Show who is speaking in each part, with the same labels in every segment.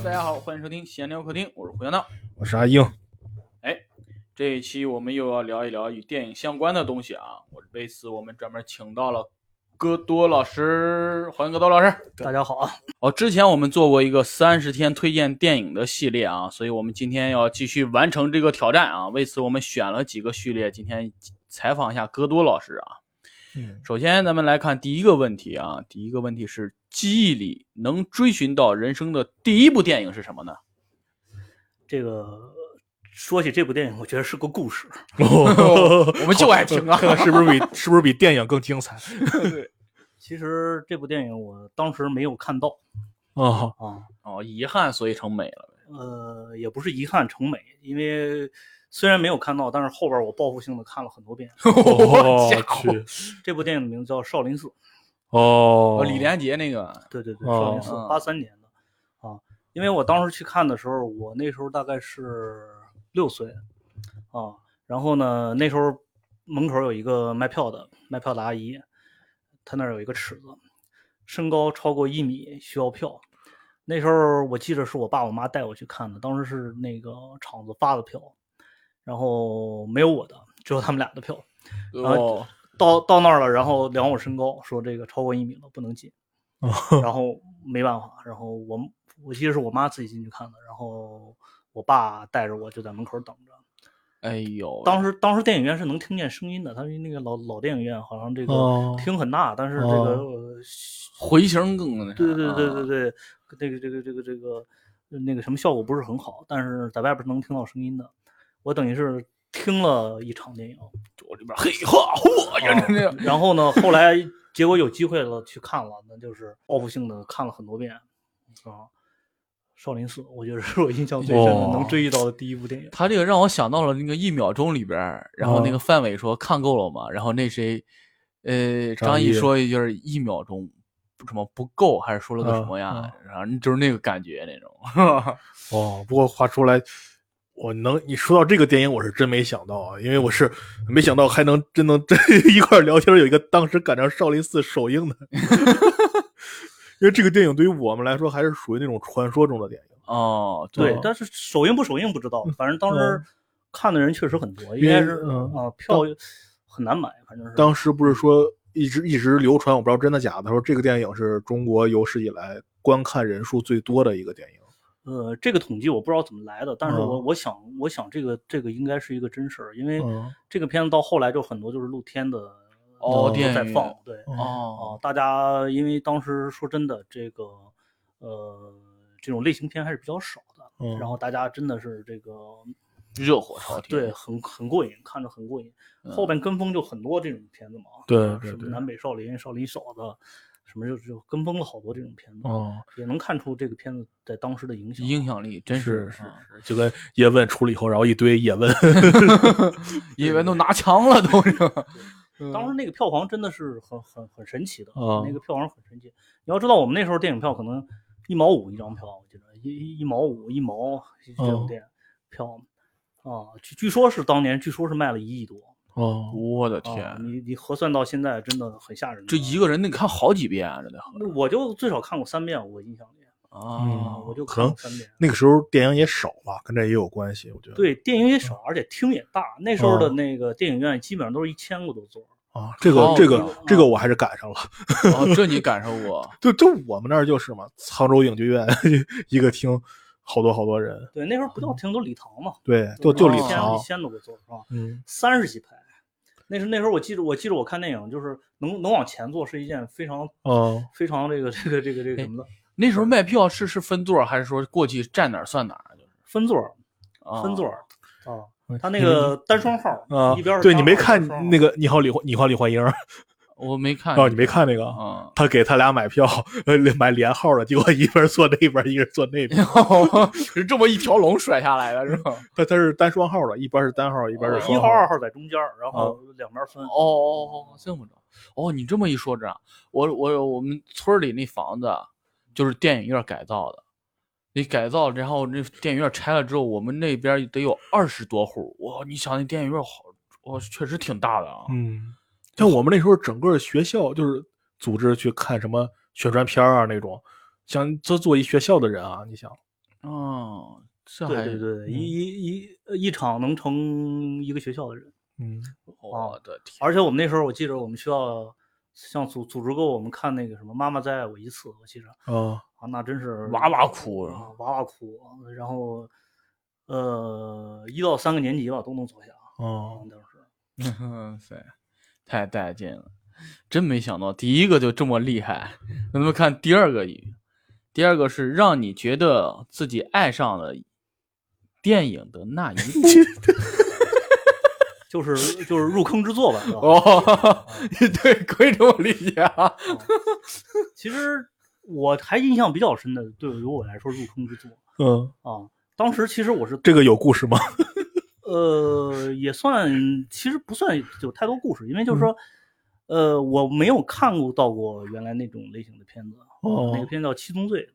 Speaker 1: 收听闲聊客厅，我是胡小闹。
Speaker 2: 我是阿英，
Speaker 1: 这一期我们又要聊一聊与电影相关的东西啊。我为此我们专门请到了戈多老师，欢迎戈多老师。
Speaker 3: 大家好，
Speaker 1: 哦，之前我们做过一个三十天推荐电影的系列啊，所以我们今天要继续完成这个挑战啊。为此我们选了几个序列，今天采访一下戈多老师啊。
Speaker 3: 嗯，
Speaker 1: 首先，咱们来看第一个问题啊。第一个问题是，记忆里能追寻到人生的第一部电影是什么呢？
Speaker 3: 这个说起这部电影，我觉得是个故事。
Speaker 1: 哦 我们就爱听啊
Speaker 2: 是不是比是不是比电影更精彩？
Speaker 3: 其实这部电影我当时没有看到
Speaker 2: 哦，
Speaker 3: 啊，
Speaker 1: 哦，遗憾，所以成美了。
Speaker 3: 呃，也不是遗憾成美，因为虽然没有看到，但是后边我报复性的看了很多遍。
Speaker 1: 哦
Speaker 2: 我
Speaker 1: 家伙
Speaker 2: 去，
Speaker 3: 这部电影的名字叫《少林寺》，
Speaker 2: 哦
Speaker 1: 哦，，李连杰那个，
Speaker 3: 对对对，少林寺
Speaker 1: 哦
Speaker 3: 八三年的啊，因为我当时去看的时候，我那时候大概是六岁啊，然后呢，那时候门口有一个卖票的卖票的阿姨，她那儿有一个尺子，身高超过一米需要票。那时候我记得是我爸我妈带我去看的，当时是那个厂子发的票，然后没有我的，只有他们俩的票。
Speaker 1: 哦，
Speaker 3: 到到那儿了，然后量我身高，说这个超过一米了不能进，
Speaker 2: 哦
Speaker 3: 然后没办法，然后我我记得是我妈自己进去看的，然后我爸带着我就在门口等着。
Speaker 1: 哎呦，
Speaker 3: 当
Speaker 2: 哦
Speaker 3: 时当时电影院是能听见声音的，他们那个老老电影院好像这个
Speaker 2: 哦
Speaker 3: 厅很大，但是这个、呃
Speaker 1: 回形更那啥
Speaker 3: 对对对对
Speaker 1: 啊
Speaker 3: 对，那个这个这个这个那个什么效果不是很好，但是在外边是能听到声音的。我等于是听了一场电影，
Speaker 1: 就里边嘿哈嚯，
Speaker 3: 啊
Speaker 1: 就那样。
Speaker 3: 然后呢，后来结果有机会了去看了，那就是报复性的看了很多遍啊。少林寺，我觉得是我印象最深的，
Speaker 2: 哇
Speaker 3: 能追忆到的第一部电影。
Speaker 1: 他这个让我想到了那个一秒钟里边儿，然后那个范伟说看够了吗？然后那谁，呃，
Speaker 2: 张
Speaker 1: 张译
Speaker 2: 译
Speaker 1: 说一句儿一秒钟什么不够，还是说了个
Speaker 2: 嗯
Speaker 1: 什么呀
Speaker 2: 嗯？
Speaker 1: 然后就是那个感觉那种。
Speaker 2: 哦，不过话说来，我能你说到这个电影，我是真没想到啊，因为我是没想到还能真能真一块儿聊天，有一个当时赶上少林寺首映的， 因为这个电影对于我们来说还是属于那种传说中的电影，
Speaker 1: 哦，
Speaker 3: 对
Speaker 2: 哦，
Speaker 3: 但是首映不首映不知道，反正当时
Speaker 2: 嗯
Speaker 3: 看的人确实很多，应
Speaker 2: 因为
Speaker 3: 该是
Speaker 2: 嗯
Speaker 3: 啊票很难买，反正是。
Speaker 2: 当时不是说一直一直流传，我不知道真的假的，说这个电影是中国有史以来观看人数最多的一个电影。
Speaker 3: 呃，这个统计我不知道怎么来的，但是我
Speaker 2: 嗯
Speaker 3: 我想我想这个这个应该是一个真事儿，因为
Speaker 2: 嗯
Speaker 3: 这个片子到后来就很多就是露天的
Speaker 1: 哦
Speaker 3: 都
Speaker 1: 电
Speaker 3: 在
Speaker 1: 影
Speaker 3: 放，对，
Speaker 1: 哦
Speaker 3: 啊，大家因为当时说真的，这个呃这种类型片还是比较少的，
Speaker 2: 嗯
Speaker 3: 然后大家真的是这个
Speaker 1: 热火朝天。
Speaker 3: 对很很过瘾，看着很过瘾。
Speaker 1: 嗯
Speaker 3: 后边跟风就很多这种片子嘛，
Speaker 2: 对
Speaker 3: 呃
Speaker 2: 对
Speaker 3: 什么
Speaker 2: 对
Speaker 3: 南北少林、少林小子，什么就就跟风了好多这种片子，
Speaker 2: 哦，
Speaker 3: 也能看出这个片子在当时的影响。
Speaker 1: 影响力
Speaker 3: 哦
Speaker 1: 真
Speaker 2: 是
Speaker 1: 是
Speaker 2: 是
Speaker 1: 啊
Speaker 3: 嗯
Speaker 2: 就跟叶问出了以后，然后一堆叶问，
Speaker 1: 以为都拿枪了都是。
Speaker 2: 嗯
Speaker 3: 当时那个票房真的是很很很神奇的，
Speaker 2: 啊
Speaker 3: 那个票房很神奇。你要知道，我们那时候电影票可能一毛五一张票，我记得一一毛五一毛这种
Speaker 2: 哦
Speaker 3: 电影票啊，据据说是当年据说是卖了一亿多。
Speaker 2: 哦，
Speaker 1: 我的
Speaker 3: 啊，
Speaker 1: 天，
Speaker 3: 你你核算到现在，真的很吓人的。
Speaker 1: 这一个人得看好几遍啊，这得合
Speaker 3: 那我就最少看过三遍，我印象里
Speaker 1: 啊
Speaker 3: 啊，
Speaker 2: 嗯，
Speaker 3: 我就
Speaker 2: 可
Speaker 3: 看过
Speaker 2: 能
Speaker 3: 三遍。
Speaker 2: 那个时候电影也少吧，跟这也有关系，我觉得。
Speaker 3: 对，电影也少，而且厅也大。那时候的
Speaker 2: 哦
Speaker 3: 那个电影院基本上都是一千个多座儿。
Speaker 2: 啊，这
Speaker 1: 哦
Speaker 2: 个这
Speaker 3: 这
Speaker 2: 个
Speaker 3: 个
Speaker 2: 这个我还是赶上了，
Speaker 1: 哦这你感受 过？
Speaker 2: 就就我们那儿就是嘛，沧州影剧院一个厅，好多好多人，
Speaker 3: 对，那时候不叫厅，都礼堂嘛，啊
Speaker 2: 对，就就礼
Speaker 3: 一千
Speaker 2: 堂
Speaker 3: 一，千多个座儿是吧？
Speaker 2: 嗯，
Speaker 3: 三十几排。那是那时候我记得，我记得我看电影就是能能往前坐是一件非常
Speaker 2: 哦，哎
Speaker 3: 非常这个这个这个这个什么的
Speaker 1: 那时候卖票是是分座儿，还是说过去站哪儿算哪儿？就是
Speaker 3: 分座儿
Speaker 2: 哦
Speaker 1: 啊
Speaker 3: 分座儿啊，他那
Speaker 2: 你们
Speaker 3: 个单双号
Speaker 2: 啊
Speaker 3: 一边儿，是
Speaker 2: 对
Speaker 3: 单
Speaker 2: 你没
Speaker 3: 号
Speaker 2: 看
Speaker 3: 一边儿是双
Speaker 2: 那
Speaker 3: 号
Speaker 2: 个你好李焕你好李焕英儿
Speaker 1: 我没看
Speaker 2: 哦，你没看那个啊？
Speaker 1: 啊？
Speaker 2: 他给他俩买票，呃，买连号的，结果一边坐那边，一个人坐那 边。
Speaker 1: 是这么一条龙甩下来的是吧？
Speaker 2: 他他是单双号的，一边是单号，一边是
Speaker 1: 哦
Speaker 2: 双
Speaker 3: 一
Speaker 2: 号。
Speaker 3: 号二号在中间儿，然后两边儿分
Speaker 1: 哦哦哦，这么着。哦，你这么一说，这样，我我我们村儿里那房子就是电影院改造的，你改造，然后那电影院拆了之后，我们那边得有二十多户。哇，你想那电影院好，哇，确实挺大的啊。
Speaker 2: 嗯，像我们那时候整个学校就是组织去看什么宣传片儿啊那种，像这作为学校的人啊，你想
Speaker 1: 哦，这还
Speaker 3: 对对对，
Speaker 2: 嗯
Speaker 3: 一一一一场能成一个学校的人。
Speaker 2: 嗯，
Speaker 3: 哦
Speaker 1: 我的天，
Speaker 3: 而且我们那时候我记着我们学校像组组织过我们看那个什么《妈妈再爱我一次》，我记着
Speaker 2: 啊，
Speaker 3: 啊，那真是
Speaker 1: 哇哇哭
Speaker 3: 啊，哇哇哭。然后呃，一到三个年级吧都能坐下啊，
Speaker 2: 哦，
Speaker 3: 当时
Speaker 1: 哇 塞，太带劲了！真没想到第一个就这么厉害。咱们看第二个，第二个是让你觉得自己爱上了电影的那一 部。
Speaker 3: 就是就是入坑之作吧。是吧
Speaker 1: 哦， 对，可以这么理解啊。
Speaker 3: 其实我还印象比较深的，对于我来说入坑之作
Speaker 2: 嗯，
Speaker 3: 啊。当时其实我是
Speaker 2: 这个有故事吗？
Speaker 3: 呃，也算，其实不算有太多故事，因为
Speaker 2: 嗯
Speaker 3: 就是说，呃，我没有看过到过原来那种类型的片子，
Speaker 2: 哦
Speaker 3: 那个片叫《七宗罪》，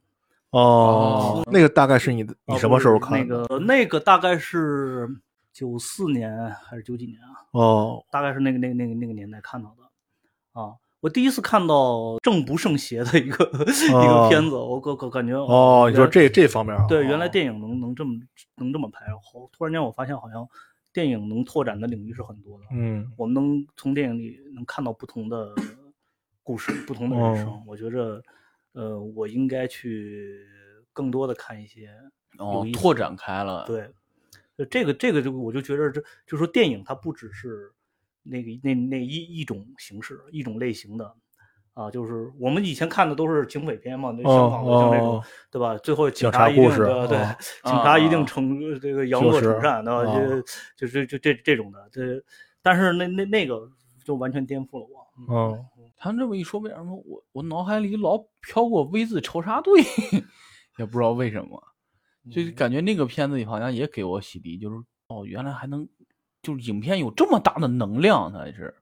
Speaker 2: 哦，那个大概是你的，你
Speaker 3: 啊
Speaker 2: 什么时候看
Speaker 3: 那
Speaker 2: 的？
Speaker 3: 个那个大概是九四年还是九几年啊？
Speaker 2: 哦，
Speaker 3: 大概是那个那个那个那个年代看到的，啊，我第一次看到正不胜邪的一个、 一个
Speaker 2: 哦
Speaker 3: 片子，我我我感觉
Speaker 2: 哦，你说
Speaker 3: 原
Speaker 2: 这这方面啊？
Speaker 3: 对，原来
Speaker 2: 哦
Speaker 3: 电影能能这么能这么拍，好，突然间我发现好像电影能拓展的领域是很多的，
Speaker 2: 嗯，
Speaker 3: 我们能从电影里能看到不同的故事、不同的人生。
Speaker 2: 哦
Speaker 3: 我觉着，呃，我应该去更多的看一些，
Speaker 1: 哦
Speaker 3: 有意，思
Speaker 1: 拓展开
Speaker 2: 啊
Speaker 1: 了。，
Speaker 3: 对，就这个这个就我就觉着这就说电影它不只是那个那那一一种形式、一种类型的。啊，就是我们以前看的都是警匪片嘛，
Speaker 2: 哦
Speaker 3: 那香港的像那种
Speaker 2: 哦，
Speaker 3: 对吧？最后警
Speaker 2: 警
Speaker 3: 察
Speaker 2: 察
Speaker 3: 一定
Speaker 2: 故事
Speaker 3: 的对，
Speaker 2: 哦
Speaker 3: 警察一
Speaker 1: 啊
Speaker 3: 定惩这个扬
Speaker 2: 就
Speaker 3: 恶
Speaker 2: 是
Speaker 3: 惩善，对吧？
Speaker 2: 啊
Speaker 3: 就就就这这种的，这但是那那那个就完全颠覆了我。嗯
Speaker 2: 嗯，
Speaker 1: 他这么一说，为什么我我脑海里老飘过 V 字仇杀队， 也不知道为什么，
Speaker 3: 嗯
Speaker 1: 就是感觉那个片子里好像也给我洗涤，就是哦，原来还能，就是影片有这么大的能量，它是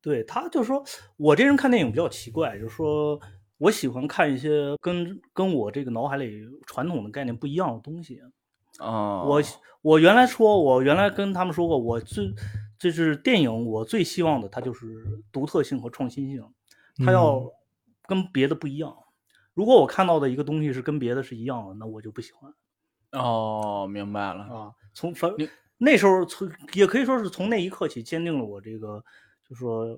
Speaker 3: 对，他就说我这人看电影比较奇怪，就是说我喜欢看一些跟跟我这个脑海里传统的概念不一样的东西。
Speaker 1: 啊，
Speaker 3: 我我原来说，我原来跟他们说过，我最就是电影我最希望的，它就是独特性和创新性，它要
Speaker 2: 嗯
Speaker 3: 跟别的不一样。如果我看到的一个东西是跟别的是一样的，那我就不喜欢。
Speaker 1: 哦，明白了，
Speaker 3: 啊，从反
Speaker 1: 你
Speaker 3: 那时候从也可以说是从那一刻起坚定了我这个，就说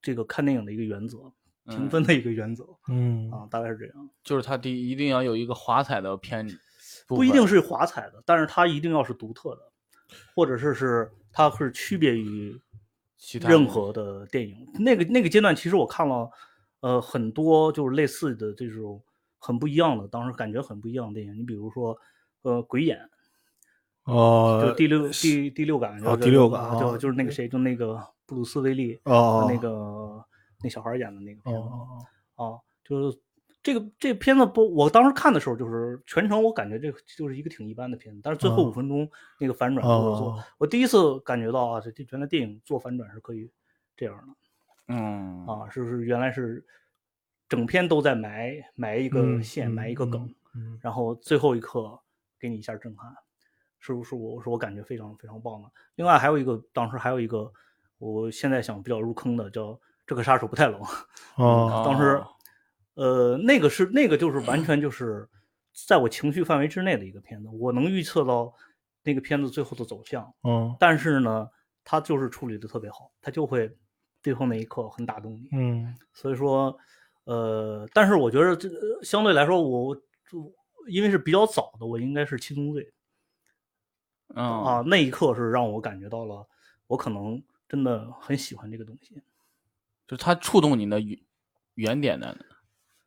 Speaker 3: 这个看电影的一个原则，评
Speaker 1: 嗯
Speaker 3: 分的一个原则、
Speaker 2: 嗯
Speaker 3: 啊，大概是这样。
Speaker 1: 就是它第一定要有一个华彩的片，
Speaker 3: 不一定是华彩的，但是它一定要是独特的，或者是是它会区别于
Speaker 1: 其他
Speaker 3: 任何的电影。那个那个阶段，其实我看了呃很多就是类似的这种很不一样的，当时感觉很不一样的电影。你比如说呃《鬼眼》，就
Speaker 2: 哦，
Speaker 3: 第六第第六感，
Speaker 2: 啊
Speaker 3: 就是
Speaker 2: 第六感
Speaker 3: 啊就
Speaker 2: 啊
Speaker 3: 就是那个谁，就那个布鲁斯威利，
Speaker 2: 哦
Speaker 3: 那个那小孩演的那个片子
Speaker 2: 哦
Speaker 3: 啊，就是这个这个片子不，我当时看的时候就是全程我感觉这个就是一个挺一般的片子，但是最后
Speaker 2: 啊
Speaker 3: 五分钟那个反转做得做
Speaker 2: 哦，
Speaker 3: 我第一次感觉到啊，这这原来电影做反转是可以这样的
Speaker 1: 嗯
Speaker 3: 啊，是不是原来是整片都在埋埋一个
Speaker 2: 嗯
Speaker 3: 线，埋一个梗，，
Speaker 2: 嗯
Speaker 3: 然后最后一刻给你一下震撼，是不是我是我感觉非常非常棒的。另外还有一个，当时还有一个，我现在想比较入坑的叫《这个杀手不太冷》，
Speaker 2: 嗯哦
Speaker 3: 当时
Speaker 1: 哦，
Speaker 3: 呃，那个是那个就是完全就是在我情绪范围之内的一个片子，我能预测到那个片子最后的走向，
Speaker 2: 嗯
Speaker 3: 但是呢，它就是处理的特别好，它就会最后那一刻很打动你。
Speaker 2: 嗯
Speaker 3: 所以说，呃，但是我觉得这呃相对来说我，就因为是比较早的，我应该是七宗罪
Speaker 1: 嗯
Speaker 3: 啊，那一刻是让我感觉到了，我可能真的很喜欢这个东西，
Speaker 1: 就是它触动你的原原点在哪？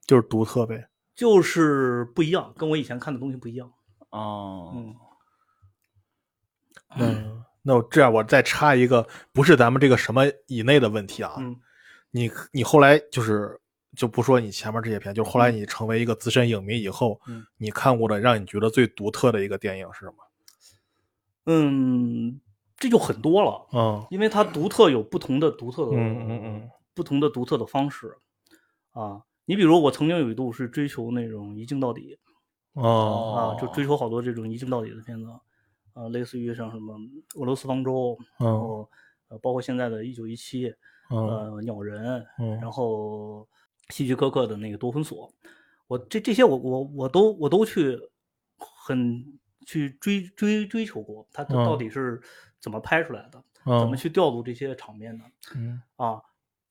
Speaker 2: 就是独特呗，
Speaker 3: 就是不一样，跟我以前看的东西不一样。
Speaker 1: 哦，
Speaker 3: 嗯，
Speaker 2: 嗯。啊那我这样，我再插一个，不是咱们这个什么以内的问题啊，
Speaker 3: 嗯，
Speaker 2: 你你后来就是就不说你前面这些片，就是后来你成为一个资深影迷以后，
Speaker 3: 嗯
Speaker 2: 你看过的让你觉得最独特的一个电影是什么？
Speaker 3: 嗯，这就很多了，
Speaker 2: 嗯
Speaker 3: 因为它独特有不同的独特的，
Speaker 2: 嗯嗯嗯，
Speaker 3: 不同的独特的方式啊。你比如我曾经有一度是追求那种一镜到底，
Speaker 2: 哦
Speaker 3: 啊，就
Speaker 1: 哦
Speaker 3: 追求好多这种一镜到底的片子，啊，类似于像什么俄罗斯方舟，然
Speaker 2: 嗯
Speaker 3: 后呃，包括现在的《一九一七》，
Speaker 2: 嗯
Speaker 3: 呃，鸟人，
Speaker 2: 嗯
Speaker 3: 然后希区柯克的那个《夺魂锁》，我这这些我我我都我都去很去追追追求过，它
Speaker 2: 嗯
Speaker 3: 到底是怎么拍出来的，
Speaker 2: 嗯，
Speaker 3: 怎么去调度这些场面的
Speaker 1: 嗯
Speaker 3: 啊？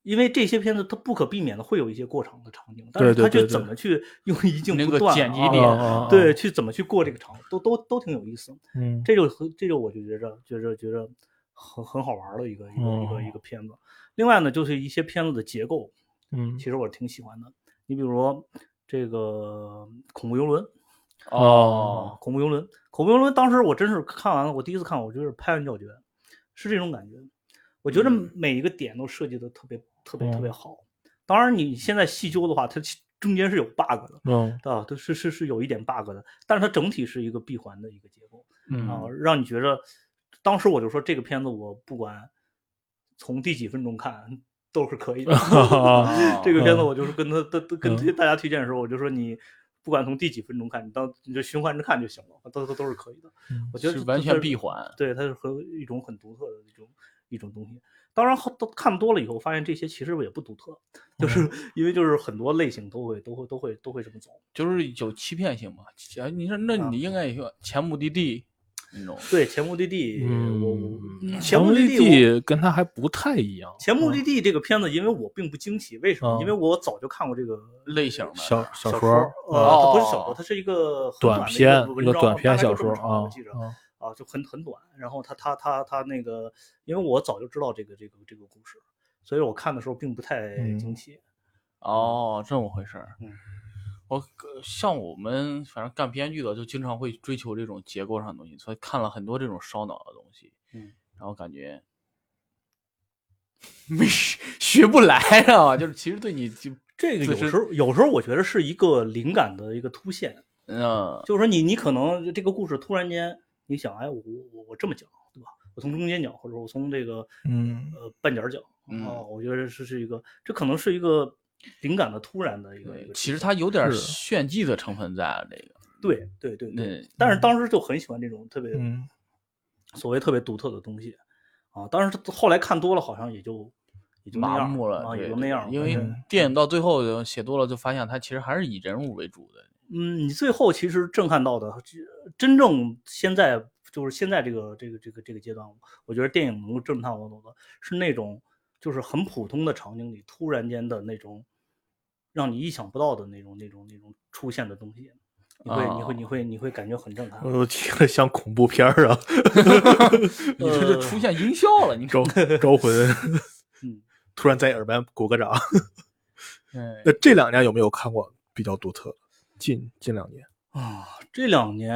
Speaker 3: 因为这些片子它不可避免的会有一些过场的场景，但是
Speaker 2: 对
Speaker 3: 它
Speaker 2: 对
Speaker 3: 去
Speaker 2: 对
Speaker 3: 怎么 去用一镜
Speaker 1: 那
Speaker 3: 不
Speaker 1: 个
Speaker 3: 断
Speaker 1: 剪辑
Speaker 3: 啊
Speaker 1: 里
Speaker 2: 啊啊啊
Speaker 3: 对，去怎么去过这个场，都都都挺有意思。
Speaker 2: 嗯
Speaker 3: 这就和这就我就觉着觉着觉着很很好玩儿的一个一个一个一个片子。另外呢，就是一些片子的结构，
Speaker 2: 嗯
Speaker 3: 其实我是挺喜欢的。你比如说这个《恐怖游轮》
Speaker 1: 哦，
Speaker 3: 恐怖游轮》，《恐怖游轮》当时我真是看完了，我第一次看我就是拍案叫绝，是这种感觉。我觉得
Speaker 1: 嗯
Speaker 3: 每一个点都设计的特别特别特别
Speaker 2: 嗯
Speaker 3: 好。当然，你现在细究的话，它其中间是有 bug 的。
Speaker 2: 嗯
Speaker 3: 啊，都是是是有一点 bug 的，但是它整体是一个闭环的一个结构，啊
Speaker 1: 嗯，
Speaker 3: 让你觉着，当时我就说这个片子我不管从第几分钟看都是可 以的
Speaker 1: 哦。嗯
Speaker 3: 这个片子
Speaker 2: 嗯
Speaker 3: 我就是跟他跟跟推大家推荐的时候，我就说你不管从第几分钟看，你当你就循环着看就行了，都都都是可以的。我觉
Speaker 1: 嗯
Speaker 3: 得
Speaker 1: 是
Speaker 3: 这
Speaker 1: 完
Speaker 3: 这
Speaker 1: 全
Speaker 3: 是
Speaker 1: 闭环
Speaker 3: 对，它是和一种很独特的一种一种东西。当然后都看多了以后，发现这些其实也不独特，
Speaker 1: 嗯
Speaker 3: 就是 因为就是很多类型都会都会都会都会这么走。
Speaker 1: 就是有欺骗性嘛。哎，你说那
Speaker 3: 啊
Speaker 1: 你应该也有前目的地那种。
Speaker 3: 对，前目的地，我我
Speaker 2: 嗯，
Speaker 3: 前目
Speaker 2: 目
Speaker 3: 的
Speaker 2: 的
Speaker 3: 地我。
Speaker 2: 地跟他还不太一样，
Speaker 3: 前目的地这个片子，因为我并不惊奇，为什么？
Speaker 2: 嗯
Speaker 3: 因为我早就看过这个
Speaker 1: 类型的
Speaker 2: 小
Speaker 3: 小
Speaker 2: 说儿，
Speaker 3: 呃，它不是小
Speaker 1: 哦
Speaker 3: 说，它是一个很
Speaker 2: 短
Speaker 3: 的一
Speaker 2: 篇
Speaker 3: 个
Speaker 2: 一
Speaker 3: 文
Speaker 2: 个
Speaker 3: 章
Speaker 2: 短
Speaker 3: 大
Speaker 2: 篇
Speaker 3: 概就
Speaker 2: 小
Speaker 3: 这么
Speaker 2: 说
Speaker 3: 长我
Speaker 2: 啊
Speaker 3: 记着
Speaker 2: 啊，
Speaker 3: 啊，就很很短。然后他他他他那个，因为我早就知道这个这个这个故事，所以我看的时候并不太
Speaker 2: 嗯
Speaker 3: 惊奇。
Speaker 1: 哦，这么回事儿。
Speaker 3: 嗯，
Speaker 1: 我呃像我们反正干编剧的，就经常会追求这种结构上的东西，所以看了很多这种烧脑的东西。
Speaker 3: 嗯，
Speaker 1: 然后感觉没学学不来啊，就是其实对你就
Speaker 3: 这个有
Speaker 1: 自身
Speaker 3: 时候有时候我觉得是一个灵感的一个凸现，
Speaker 1: 嗯
Speaker 3: 就是说你你可能这个故事突然间你想，哎，我我我这么讲，对吧？我从中间讲，或者我从这个
Speaker 2: 嗯
Speaker 3: 呃半截儿讲，
Speaker 1: 嗯
Speaker 3: 啊，我觉得这是一个，这可能是一个灵感的突然的一个一
Speaker 1: 对
Speaker 3: 个，
Speaker 1: 其实
Speaker 3: 出
Speaker 1: 它有点
Speaker 2: 是
Speaker 1: 炫技的成分在啊这个。
Speaker 3: 对对对对，
Speaker 1: 那
Speaker 3: 但是当时就很喜欢这种特别
Speaker 2: 嗯
Speaker 3: 所谓特别独特的东西啊。当然，后来看多了，好像也就也就那
Speaker 1: 麻
Speaker 3: 样
Speaker 1: 木了，
Speaker 3: 啊，
Speaker 1: 对
Speaker 3: 也就
Speaker 1: 对
Speaker 3: 那样了。
Speaker 1: 因为
Speaker 2: 嗯
Speaker 1: 电影到最后写多了，就发现它其实还是以人物为主 的。
Speaker 3: 嗯，你最后其实震撼到的，真正现在就是现在这个这个这个这个阶段，我觉得电影能够震撼我的是那种就是很普通的场景里突然间的那种让你意想不到的那种那种那种出现的东西，你会你会你会你会感觉很震撼。
Speaker 2: 我都听着像恐怖片儿啊，
Speaker 1: 你这就
Speaker 3: 呃
Speaker 1: 出现音效了，你
Speaker 2: 招招魂，
Speaker 3: 嗯，
Speaker 2: 突然在你耳边鼓个掌。
Speaker 1: 哎
Speaker 2: 那这两年有没有看过比较独特的？近近两年，
Speaker 3: 啊，这两年，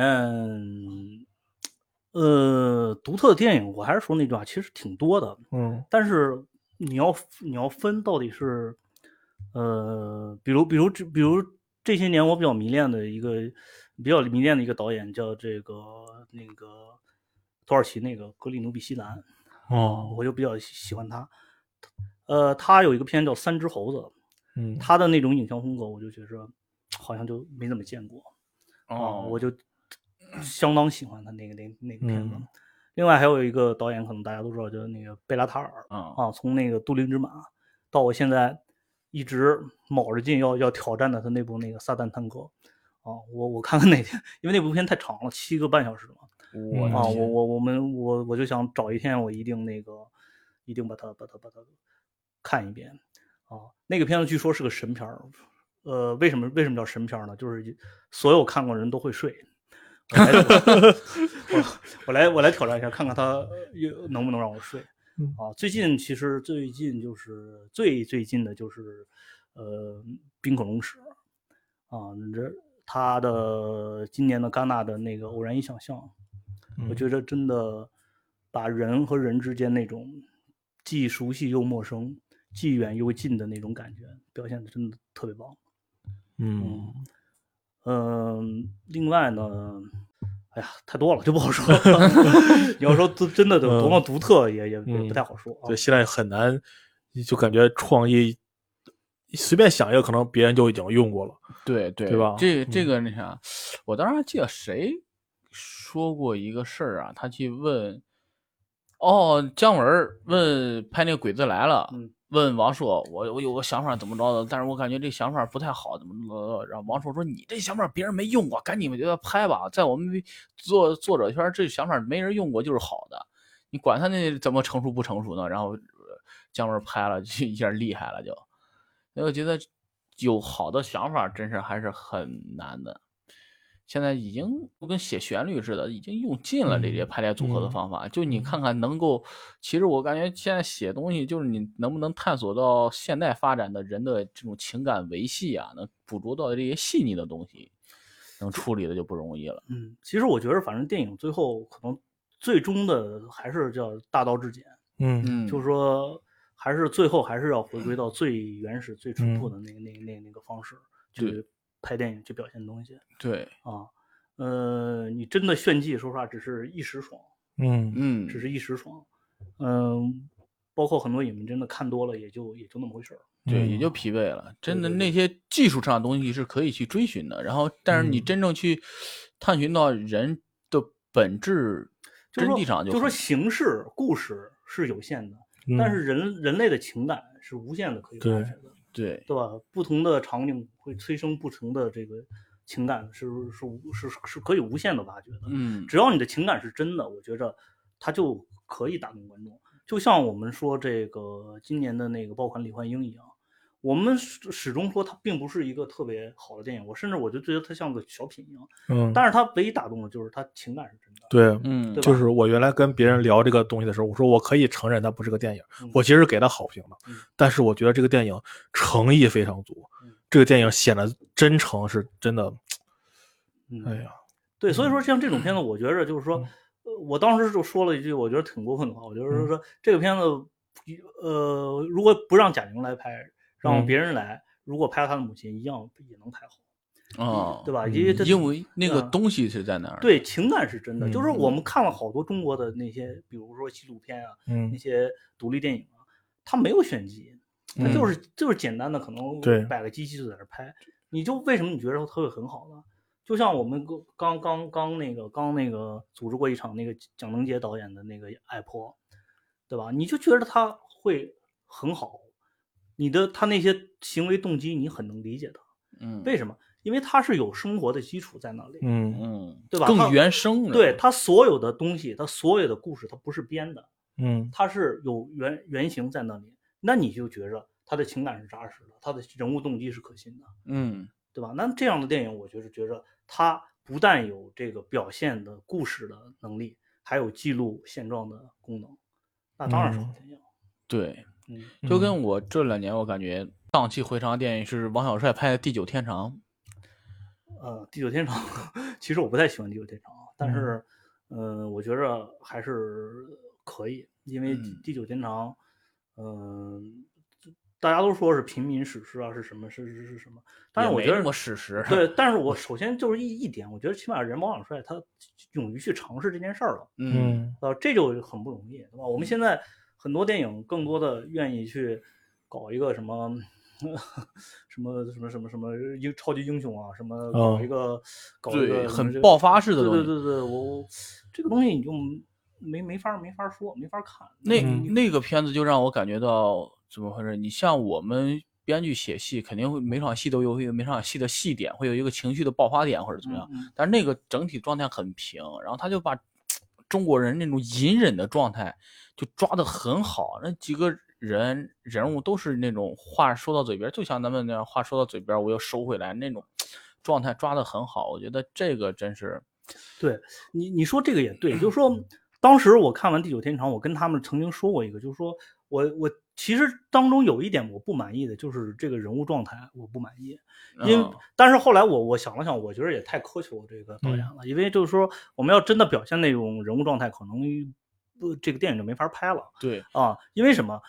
Speaker 3: 呃，独特的电影，我还是说那句话，其实挺多的。
Speaker 2: 嗯
Speaker 3: 但是你要你要分到底是，呃，比如比如这比如这些年我比较迷恋的一个比较迷恋的一个导演叫这个那个土耳其那个格里努比西兰，
Speaker 2: 哦
Speaker 3: 我就比较喜喜欢他。呃，他有一个片叫《三只猴子》，
Speaker 2: 嗯
Speaker 3: 他的那种影像风格，我就觉着好像就没怎么见过
Speaker 1: 哦
Speaker 3: 啊，我就相当喜欢他那个那那个片子。
Speaker 2: 嗯
Speaker 3: 另外还有一个导演，可能大家都知道，就是那个贝拉塔尔，
Speaker 1: 啊
Speaker 3: 啊，从那个《都灵之马》到我现在一直卯着劲要要挑战的他那部那个《撒旦探戈》啊，我我看看哪天，因为那部片太长了，七个半小时嘛
Speaker 1: 我
Speaker 2: 嗯
Speaker 1: 的
Speaker 3: 啊，
Speaker 1: 天
Speaker 3: 我我我们我我就想找一天，我一定那个一定把它把它把它看一遍啊。那个片子据说是个神片儿，呃，为什么为什么叫神片儿呢？就是所有看过人都会睡。我来我我来我来挑战一下，看看他呃有能不能让我睡。啊，最近其实最近就是最最近的就是，呃，冰恐龙史啊，这他的今年的戛纳的那个偶然与想象，
Speaker 2: 嗯
Speaker 3: 我觉得真的把人和人之间那种既熟悉又陌生、既远又近的那种感觉表现的真的特别棒。
Speaker 2: 嗯
Speaker 3: 嗯，另外呢，哎呀，太多了就不好说。 你要说真真的有多么独特，也也也不
Speaker 2: 嗯
Speaker 3: 太好说啊
Speaker 2: 对，。现在很难，就感觉创意随便想一个，可能别人就已经用过了。
Speaker 1: 对对
Speaker 2: 对吧
Speaker 1: 这
Speaker 2: 嗯
Speaker 1: 这个那啥，我当时还记得谁说过一个事儿啊，他去问，哦，姜文儿问拍那个《鬼子来了》
Speaker 3: 嗯
Speaker 1: 问王朔，我我有个想法怎么着的，但是我感觉这想法不太好，怎么怎么着？然后王朔说：“你这想法别人没用过，赶紧给他拍吧，在我们作作者圈这想法没人用过就是好的，你管他那怎么成熟不成熟呢？”然后呃姜文拍了，就一下厉害了就，所以我觉得有好的想法真是还是很难的。现在已经就跟写旋律似的，已经用尽了这些排列组合的
Speaker 2: 嗯
Speaker 1: 方法。就你看看能够，其实我感觉现在写东西就是你能不能探索到现代发展的人的这种情感维系啊，能捕捉到这些细腻的东西，能处理的就不容易了。
Speaker 3: 嗯，其实我觉得，反正电影最后可能最终的还是叫大道至简，
Speaker 2: 嗯
Speaker 1: 嗯
Speaker 3: 就是说还是最后还是要回归到最原始、最淳朴的
Speaker 2: 嗯
Speaker 3: 那个、那个、那个、那个方式
Speaker 1: 对
Speaker 3: 去拍电影、去表现东西
Speaker 1: 对，
Speaker 3: 啊。呃，你真的炫技，说实话，只是一时爽，
Speaker 2: 嗯
Speaker 1: 嗯，
Speaker 3: 只是一时爽。嗯，包括很多影迷真的看多了，也就也就那么回事儿。
Speaker 1: 对，也
Speaker 2: 嗯
Speaker 1: 就疲惫了。真的，
Speaker 3: 对对
Speaker 1: 那些技术上的东西是可以去追寻的，然后，但是你
Speaker 2: 嗯
Speaker 1: 真正去探寻到人的本质、
Speaker 3: 就
Speaker 1: 真
Speaker 3: 是说
Speaker 1: 谛上，
Speaker 3: 就
Speaker 1: 很
Speaker 3: 说形式、故事是有限的，
Speaker 2: 嗯，
Speaker 3: 但是人人类的情感是无限的可以发
Speaker 2: 对
Speaker 3: 掘的。
Speaker 1: 对，
Speaker 3: 对吧？不同的场景会催生不同的这个情感，是是无是是可以无限的挖掘的。
Speaker 1: 嗯，
Speaker 3: 只要你的情感是真的，我觉着它就可以打动观众。就像我们说这个今年的那个爆款李焕英一样，我们始始终说它并不是一个特别好的电影，我甚至我就觉得它像个小品一样。
Speaker 2: 嗯，
Speaker 3: 但是它唯一打动的就是它情感是真的。
Speaker 2: 对，
Speaker 1: 嗯，
Speaker 3: 对吧
Speaker 2: 就是我原来跟别人聊这个东西的时候，我说我可以承认它不是个电影，
Speaker 3: 嗯
Speaker 2: 我其实给它好评的
Speaker 3: 嗯，
Speaker 2: 但是我觉得这个电影诚意非常足
Speaker 3: 嗯，
Speaker 2: 这个电影显得真诚是真的，
Speaker 3: 嗯，
Speaker 2: 哎呀，
Speaker 3: 对，所以说像这种片子，我觉着就是说
Speaker 2: 嗯，
Speaker 3: 呃我当时就说了一句我觉得挺过分的话，我就是说这个片子，呃，如果不让贾玲来拍，让
Speaker 2: 嗯
Speaker 3: 别人来，如果拍她的母亲一样也能拍好，
Speaker 1: 啊，
Speaker 3: 对吧？
Speaker 2: 嗯
Speaker 3: 因为这
Speaker 1: 因为那个
Speaker 3: 嗯
Speaker 1: 东西是在那儿。，
Speaker 3: 对情感是真的，就是
Speaker 2: 嗯
Speaker 3: 我们看了好多中国的那些，比如说纪录片啊，那
Speaker 2: 嗯
Speaker 3: 些独立电影啊，它没有炫技，它
Speaker 2: 嗯
Speaker 3: 就是就是简单的，可能
Speaker 2: 对
Speaker 3: 摆个机器就在那儿拍。你就为什么你觉得它会很好呢？就像我们刚刚刚那个刚那个组织过一场那个蒋能杰导演的那个《爱坡》，对吧？你就觉得他会很好，你的他那些行为动机你很能理解他，
Speaker 1: 嗯，
Speaker 3: 为什么？因为他是有生活的基础在那里，
Speaker 2: 嗯
Speaker 1: 嗯，
Speaker 3: 对吧它
Speaker 1: 更原生的，
Speaker 3: 对他所有的东西，他所有的故事，他不是编的，
Speaker 2: 嗯
Speaker 3: 它是有原原型在那里，那你就觉着他的情感是扎实的，他的人物动机是可信的，
Speaker 1: 嗯，
Speaker 3: 对吧？那这样的电影，我就是觉着它不但有这个表现的故事的能力，还有记录现状的功能，那当然是好电影。
Speaker 1: 对，
Speaker 3: 嗯
Speaker 1: 就跟我这两年我感觉荡气回肠的电影是王小帅拍的《地久天长》，
Speaker 3: 呃，地久天长， 其实我不太喜欢地久天长，但是，嗯、呃，我觉着还是可以，因为
Speaker 1: 嗯
Speaker 3: 地久天长，嗯、大家都说是平民史诗啊，是什么？是是是什么？但是
Speaker 1: 也
Speaker 3: 我
Speaker 1: 没
Speaker 3: 觉
Speaker 1: 那
Speaker 3: 得
Speaker 1: 么史实，
Speaker 3: 对，但 是我首先就是一一点，我觉得起码人王小帅哎他勇于去尝试这件事儿了，
Speaker 1: 嗯，
Speaker 2: 嗯
Speaker 3: 呃，这就很不容易，对吧？我们现在很多电影更多的愿意去搞一个什么。什么什么什么什么英超级英雄啊，什么搞一个、搞一个
Speaker 1: 嗯对，
Speaker 3: 什么这
Speaker 1: 很
Speaker 3: 个
Speaker 1: 爆发式的
Speaker 3: 对
Speaker 1: 东
Speaker 3: 对
Speaker 1: 西。
Speaker 3: 对对，我我这个东西你就没没法没法说，没法看。
Speaker 1: 那
Speaker 2: 嗯
Speaker 1: 那个片子就让我感觉到怎么回事？你像我们编剧写戏，肯定会每场戏都有一个每场戏的戏点，会有一个情绪的爆发点或者怎么样。
Speaker 3: 嗯
Speaker 1: 但是那个整体状态很平，然后他就把中国人那种隐忍的状态就抓得很好。那几个人人物都是那种话说到嘴边，就像咱们那样话说到嘴边，我又收回来那种状态抓得很好。我觉得这个真是，
Speaker 3: 你你说这个也对，就是说，当时我看完《地久天长》，我跟他们曾经说过一个，就是说我我其实当中有一点我不满意的，就是这个人物状态我不满意，因为、
Speaker 1: 嗯
Speaker 3: 但是后来我我想了想，我觉得也太苛求这个导演
Speaker 1: 嗯
Speaker 3: 了，因为就是说我们要真的表现那种人物状态，可能不这个电影就没法拍了。
Speaker 1: 对，
Speaker 3: 啊，因为什么？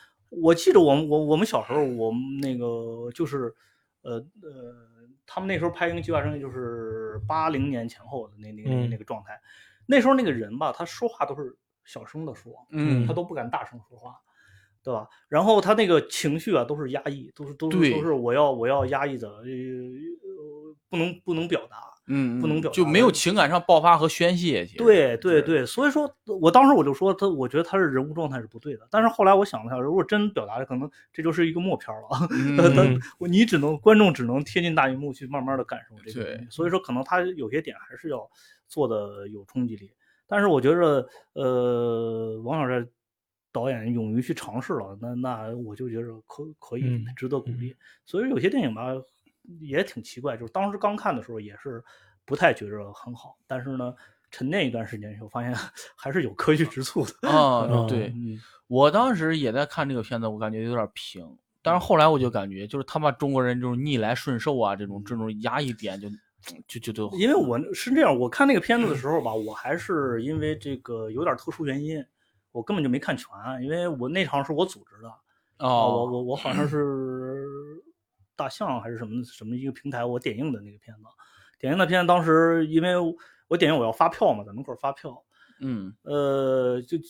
Speaker 3: 我记得我们我我们小时候，我们那个就是，呃呃，他们那时候拍《一个计划生育》就是八零年前后的那那个
Speaker 1: 嗯
Speaker 3: 那个状态，那时候那个人吧，他说话都是小声的说，
Speaker 1: 嗯
Speaker 3: 他都不敢大声说话，对吧？然后他那个情绪啊，都是压抑，都是都是
Speaker 1: 对
Speaker 3: 都是我要我要压抑着，呃，不能不能表达，
Speaker 1: 嗯，
Speaker 3: 不能
Speaker 1: 嗯
Speaker 3: 表
Speaker 1: 就
Speaker 3: 达
Speaker 1: 没
Speaker 3: 的
Speaker 1: 有情感上爆发和宣泄。其实
Speaker 3: 对
Speaker 1: 是
Speaker 3: 对对，所以说我当时我就说他，我觉得他是人物状态是不对的。但是后来我想了想，如果真表达的，可能这就是一个默片了。
Speaker 1: 嗯
Speaker 3: 我你只能观众只能贴近大荧幕去慢慢的感受这个东西
Speaker 1: 对，
Speaker 3: 所以说可能他有些点还是要做的有冲击力。但是我觉着，呃，王小帅导演勇于去尝试了，那那我就觉着可可以、
Speaker 2: 嗯
Speaker 3: 值得鼓励。所以有些电影吧也挺奇怪，就是当时刚看的时候也是不太觉着很好，但是呢，沉淀一段时间以后，发现 还是有科学之处的。
Speaker 1: 啊，
Speaker 2: 嗯
Speaker 1: 对
Speaker 3: 嗯
Speaker 1: 我当时也在看这个片子，我感觉有点平。但是后来我就感觉，就是他把中国人这种逆来顺受啊，这种这种压抑点就，就就就，
Speaker 3: 因为我是这样，我看那个片子的时候吧，我还是因为这个有点特殊原因，我根本就没看全，因为我那场是我组织的，啊，我
Speaker 1: 哦，
Speaker 3: 我我好像是大象还是什么什么一个平台，我点映的那个片子，点映的片子当时因为我点映我要发票嘛，在门口发票，
Speaker 1: 嗯
Speaker 3: 呃，就就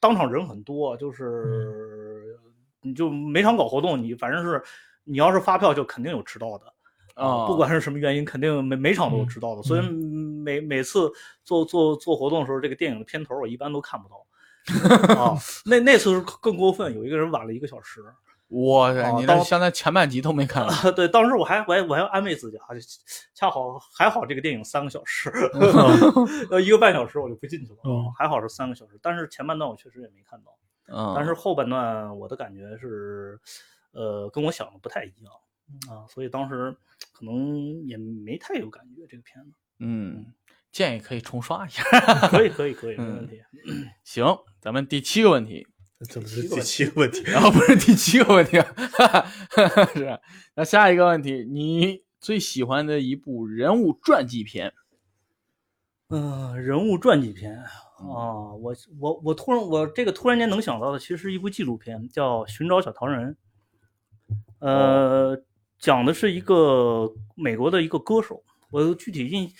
Speaker 3: 当场人很多，就是你就每场搞活动，你反正是你要是发票就肯定有迟到的。
Speaker 1: 啊，
Speaker 3: 哦不管是什么原因，肯定每每场都有迟到的，所以嗯每每次做做做活动的时候，这个电影的片头我一般都看不到。啊，那那次是更过分，有一个人晚了一个小时。
Speaker 1: 哇塞，
Speaker 3: 哦
Speaker 1: 你那
Speaker 3: 到
Speaker 1: 相当于前半集都没 看完。
Speaker 3: 啊对，当时我还我还我还安慰自己啊，恰好还好这个电影三个小时，呃一个半小时我就不进去了，
Speaker 2: 哦
Speaker 3: 还好是三个小时。但是前半段我确实也没看到，
Speaker 1: 嗯，
Speaker 3: 但是后半段我的感觉是，呃，跟我想的不太一样啊，所以当时可能也没太有感觉这个片子。
Speaker 1: 嗯，建议可以重刷一下。
Speaker 3: 可以可以可以，没
Speaker 1: 嗯
Speaker 3: 问题。
Speaker 1: 行，咱们第七个问题，
Speaker 2: 怎么是第七个问题？
Speaker 1: 然后不是第七个问题，哈哈， 是啊那下一个问题，你最喜欢的一部人物传记片？
Speaker 3: 嗯、人物传记片啊，
Speaker 1: 嗯
Speaker 3: 我我我突然我这个突然间能想到的，其实是一部纪录片，叫《寻找小唐人》。呃，讲的是一个美国的一个歌手，我具体印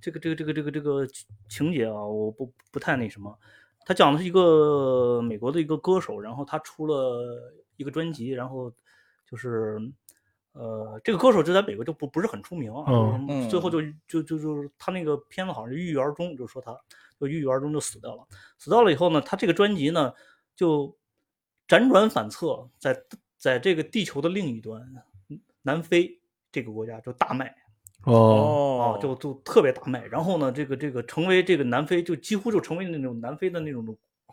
Speaker 3: 这个这个这个这个这个情节啊，我不不太那什么。他讲的是一个美国的一个歌手，然后他出了一个专辑，然后就是呃，这个歌手就在美国就不不是很出名啊，
Speaker 2: 嗯
Speaker 3: 就是最后
Speaker 1: 嗯
Speaker 3: 就就就就是他那个片子好像是郁郁而终，就说他就郁郁而终就死掉了。死掉了以后呢，他这个专辑呢就辗转反侧，在在这个地球的另一端，南非这个国家就大卖。
Speaker 2: 哦，
Speaker 1: 哦
Speaker 3: 啊，就就特别大卖。然后呢，这个这个成为这个南非就几乎就成为那种南非的那种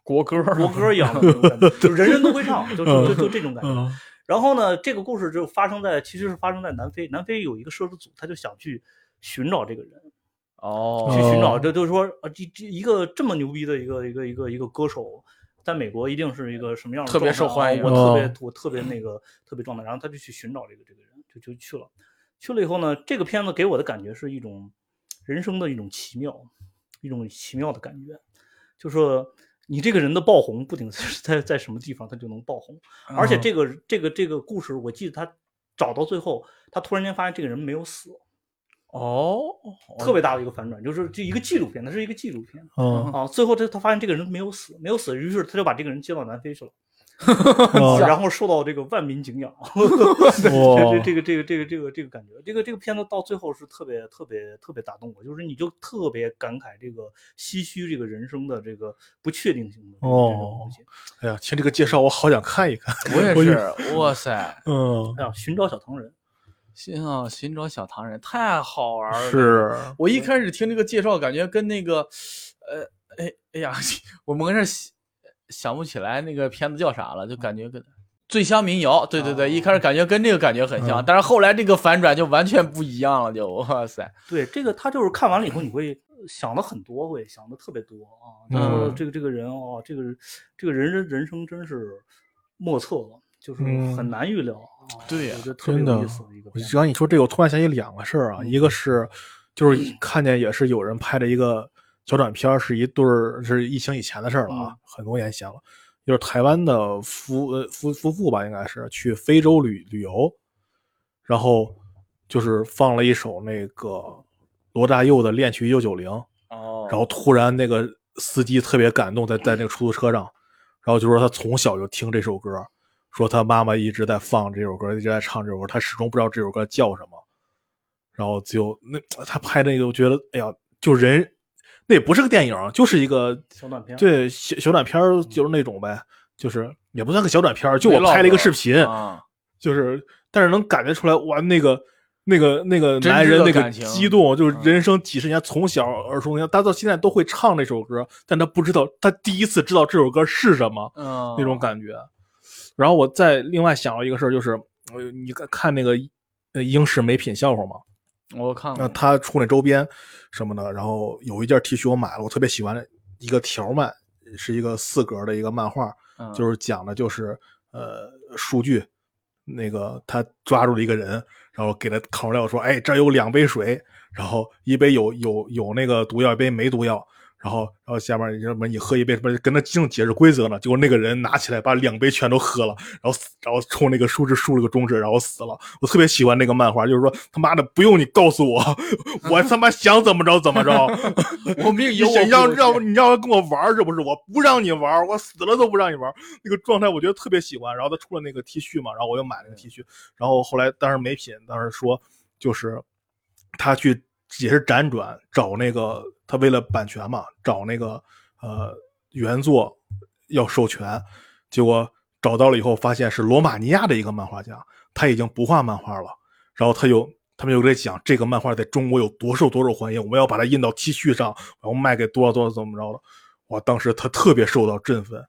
Speaker 1: 国歌，
Speaker 3: 国歌一样的那 种感觉，就人人都会唱，就就就就这种感觉。
Speaker 2: 嗯
Speaker 3: 然后呢，这个故事就发生在其实是发生在南非，南非有一个摄制组，他就想去寻找这个人，
Speaker 1: 哦，
Speaker 3: 去寻找，
Speaker 2: 哦
Speaker 3: 这就是说啊，这这一个这么牛逼的一个一个一个一个歌手，在美国一定是一个什么样的
Speaker 1: 特别
Speaker 3: 状态
Speaker 1: 受欢迎
Speaker 3: 啊我特
Speaker 2: 哦
Speaker 3: 别我特别那个特别状态，然后他就去寻找这个这个人，就就去了，去了以后呢，这个片子给我的感觉是一种人生的一种奇妙，一种奇妙的感觉，就说你这个人的爆红，不仅是在在什么地方他就能爆红，
Speaker 1: 哦
Speaker 3: 而且
Speaker 2: 嗯
Speaker 3: 这个这个这个故事，我记得他找到最后，他突然间发现这个人没有死。
Speaker 1: 哦，
Speaker 3: 特别大的一个反转，就是这一个纪录片，它是一个纪录片
Speaker 2: 嗯，
Speaker 3: 啊。最后他他发现这个人没有死，没有死，于是他就把这个人接到南非去了，
Speaker 2: 哦
Speaker 3: 然后哦受到这个万民敬仰。
Speaker 2: 哇
Speaker 3: 这这这个这个这个这个这个感觉，这个这个片子到最后是特别特别特别打动我，就是你就特别感慨这个唏嘘这个人生的这个不确定性的这个这种东西。
Speaker 2: 哎呀，听这个介绍，我好想看一看。
Speaker 1: 我也，
Speaker 2: 我就是
Speaker 1: 哇塞，
Speaker 2: 嗯，
Speaker 3: 哎呀，寻找小唐人，
Speaker 1: 寻啊寻找小唐人太好玩了，
Speaker 2: 嗯是，
Speaker 1: 我一开始听这个介绍，感觉跟那个，呃，哎哎呀，我们开始想不起来那个片子叫啥了，就感觉跟《醉乡民谣》，对对对，一开始感觉跟这个感觉很像，
Speaker 2: 哦嗯
Speaker 1: 但是后来这个反转就完全不一样了，就哇塞，
Speaker 3: 对这个他就是看完了以后，你会想的很多，会想的特别多啊，就说
Speaker 2: 嗯
Speaker 3: 这个这个人哦，这个这个人人生真是莫测，就是
Speaker 2: 嗯
Speaker 3: 很难预料啊。
Speaker 1: 对呀
Speaker 3: 我觉得特别
Speaker 2: 真
Speaker 3: 有
Speaker 2: 的
Speaker 3: 意思的一个。嗯
Speaker 2: 我刚你说这个，我突然想起两个事儿啊，一个是就是看见也是有人拍的一个小短片儿，是一对儿是疫情以前的事儿了啊
Speaker 3: 嗯，
Speaker 2: 很多年前了，就是台湾的夫呃夫夫妇吧，应该是去非洲旅旅游，然后就是放了一首那个罗大佑的《恋曲一九九零》，
Speaker 1: 哦
Speaker 2: 然后突然那个司机特别感动，在在那个出租车上，然后就说他从小就听这首歌，说他妈妈一直在放这首歌，一直在唱这首歌，他始终不知道这首歌叫什么。然后就那他拍那个，我觉得哎呀，就人那也不是个电影啊，就是一个
Speaker 3: 小短片，，
Speaker 2: 对小小短片儿
Speaker 1: 嗯
Speaker 2: 就是那种呗，就是也不算个小短片儿，就我
Speaker 1: Vlog
Speaker 2: 拍了一个视频，
Speaker 1: 啊，
Speaker 2: 就是但是能感觉出来哇，那个那个那个
Speaker 1: 真
Speaker 2: 男
Speaker 1: 挚
Speaker 2: 人
Speaker 1: 的
Speaker 2: 那个
Speaker 1: 感情
Speaker 2: 激动，就是
Speaker 1: 嗯
Speaker 2: 人生几十年从小耳熟能详，他到现在都会唱这首歌，但他不知道他第一次知道这首歌是什么
Speaker 1: 嗯，
Speaker 2: 那种感觉。然后我再另外想到一个事儿，就是呃，你看看那个呃英式美品笑话嘛，
Speaker 1: 我看
Speaker 2: 那
Speaker 1: 过，
Speaker 2: 他出那周边什么的，然后有一件 T 恤我买了，我特别喜欢一个条漫，是一个四格的一个漫画，
Speaker 1: 嗯
Speaker 2: 就是讲的就是呃数据，那个他抓住了一个人，然后给他烤料说，哎，这儿有两杯水，然后一杯有有有那个毒药，一杯没毒药。然后，然后下面什么你喝一杯什么，跟他正解释规则呢，结果那个人拿起来把两杯全都喝了，然后死然后冲那个树枝竖了个中指，然后死了。我特别喜欢那个漫画，就是说他妈的不用你告诉我，我他妈想怎么着怎么着。
Speaker 1: 我命
Speaker 2: 你
Speaker 1: 由我
Speaker 2: 想
Speaker 1: 不
Speaker 2: 让
Speaker 1: 由
Speaker 2: 让
Speaker 1: 天
Speaker 2: 你让跟我玩儿是不是？我不让你玩儿，我死了都不让你玩儿。那个状态我觉得特别喜欢。然后他出了那个 T 恤嘛，然后我又买
Speaker 1: 嗯
Speaker 2: 了个 T 恤。然后后来当时美品当时说，就是他去也是辗转找那个他为了版权嘛，找那个呃原作要授权，结果找到了以后发现是罗马尼亚的一个漫画家，他已经不画漫画了。然后他就他们就在讲这个漫画在中国有多受多受欢迎，我们要把它印到 T 恤上，然后卖给多少多少怎么着的。哇，当时他特别受到振奋，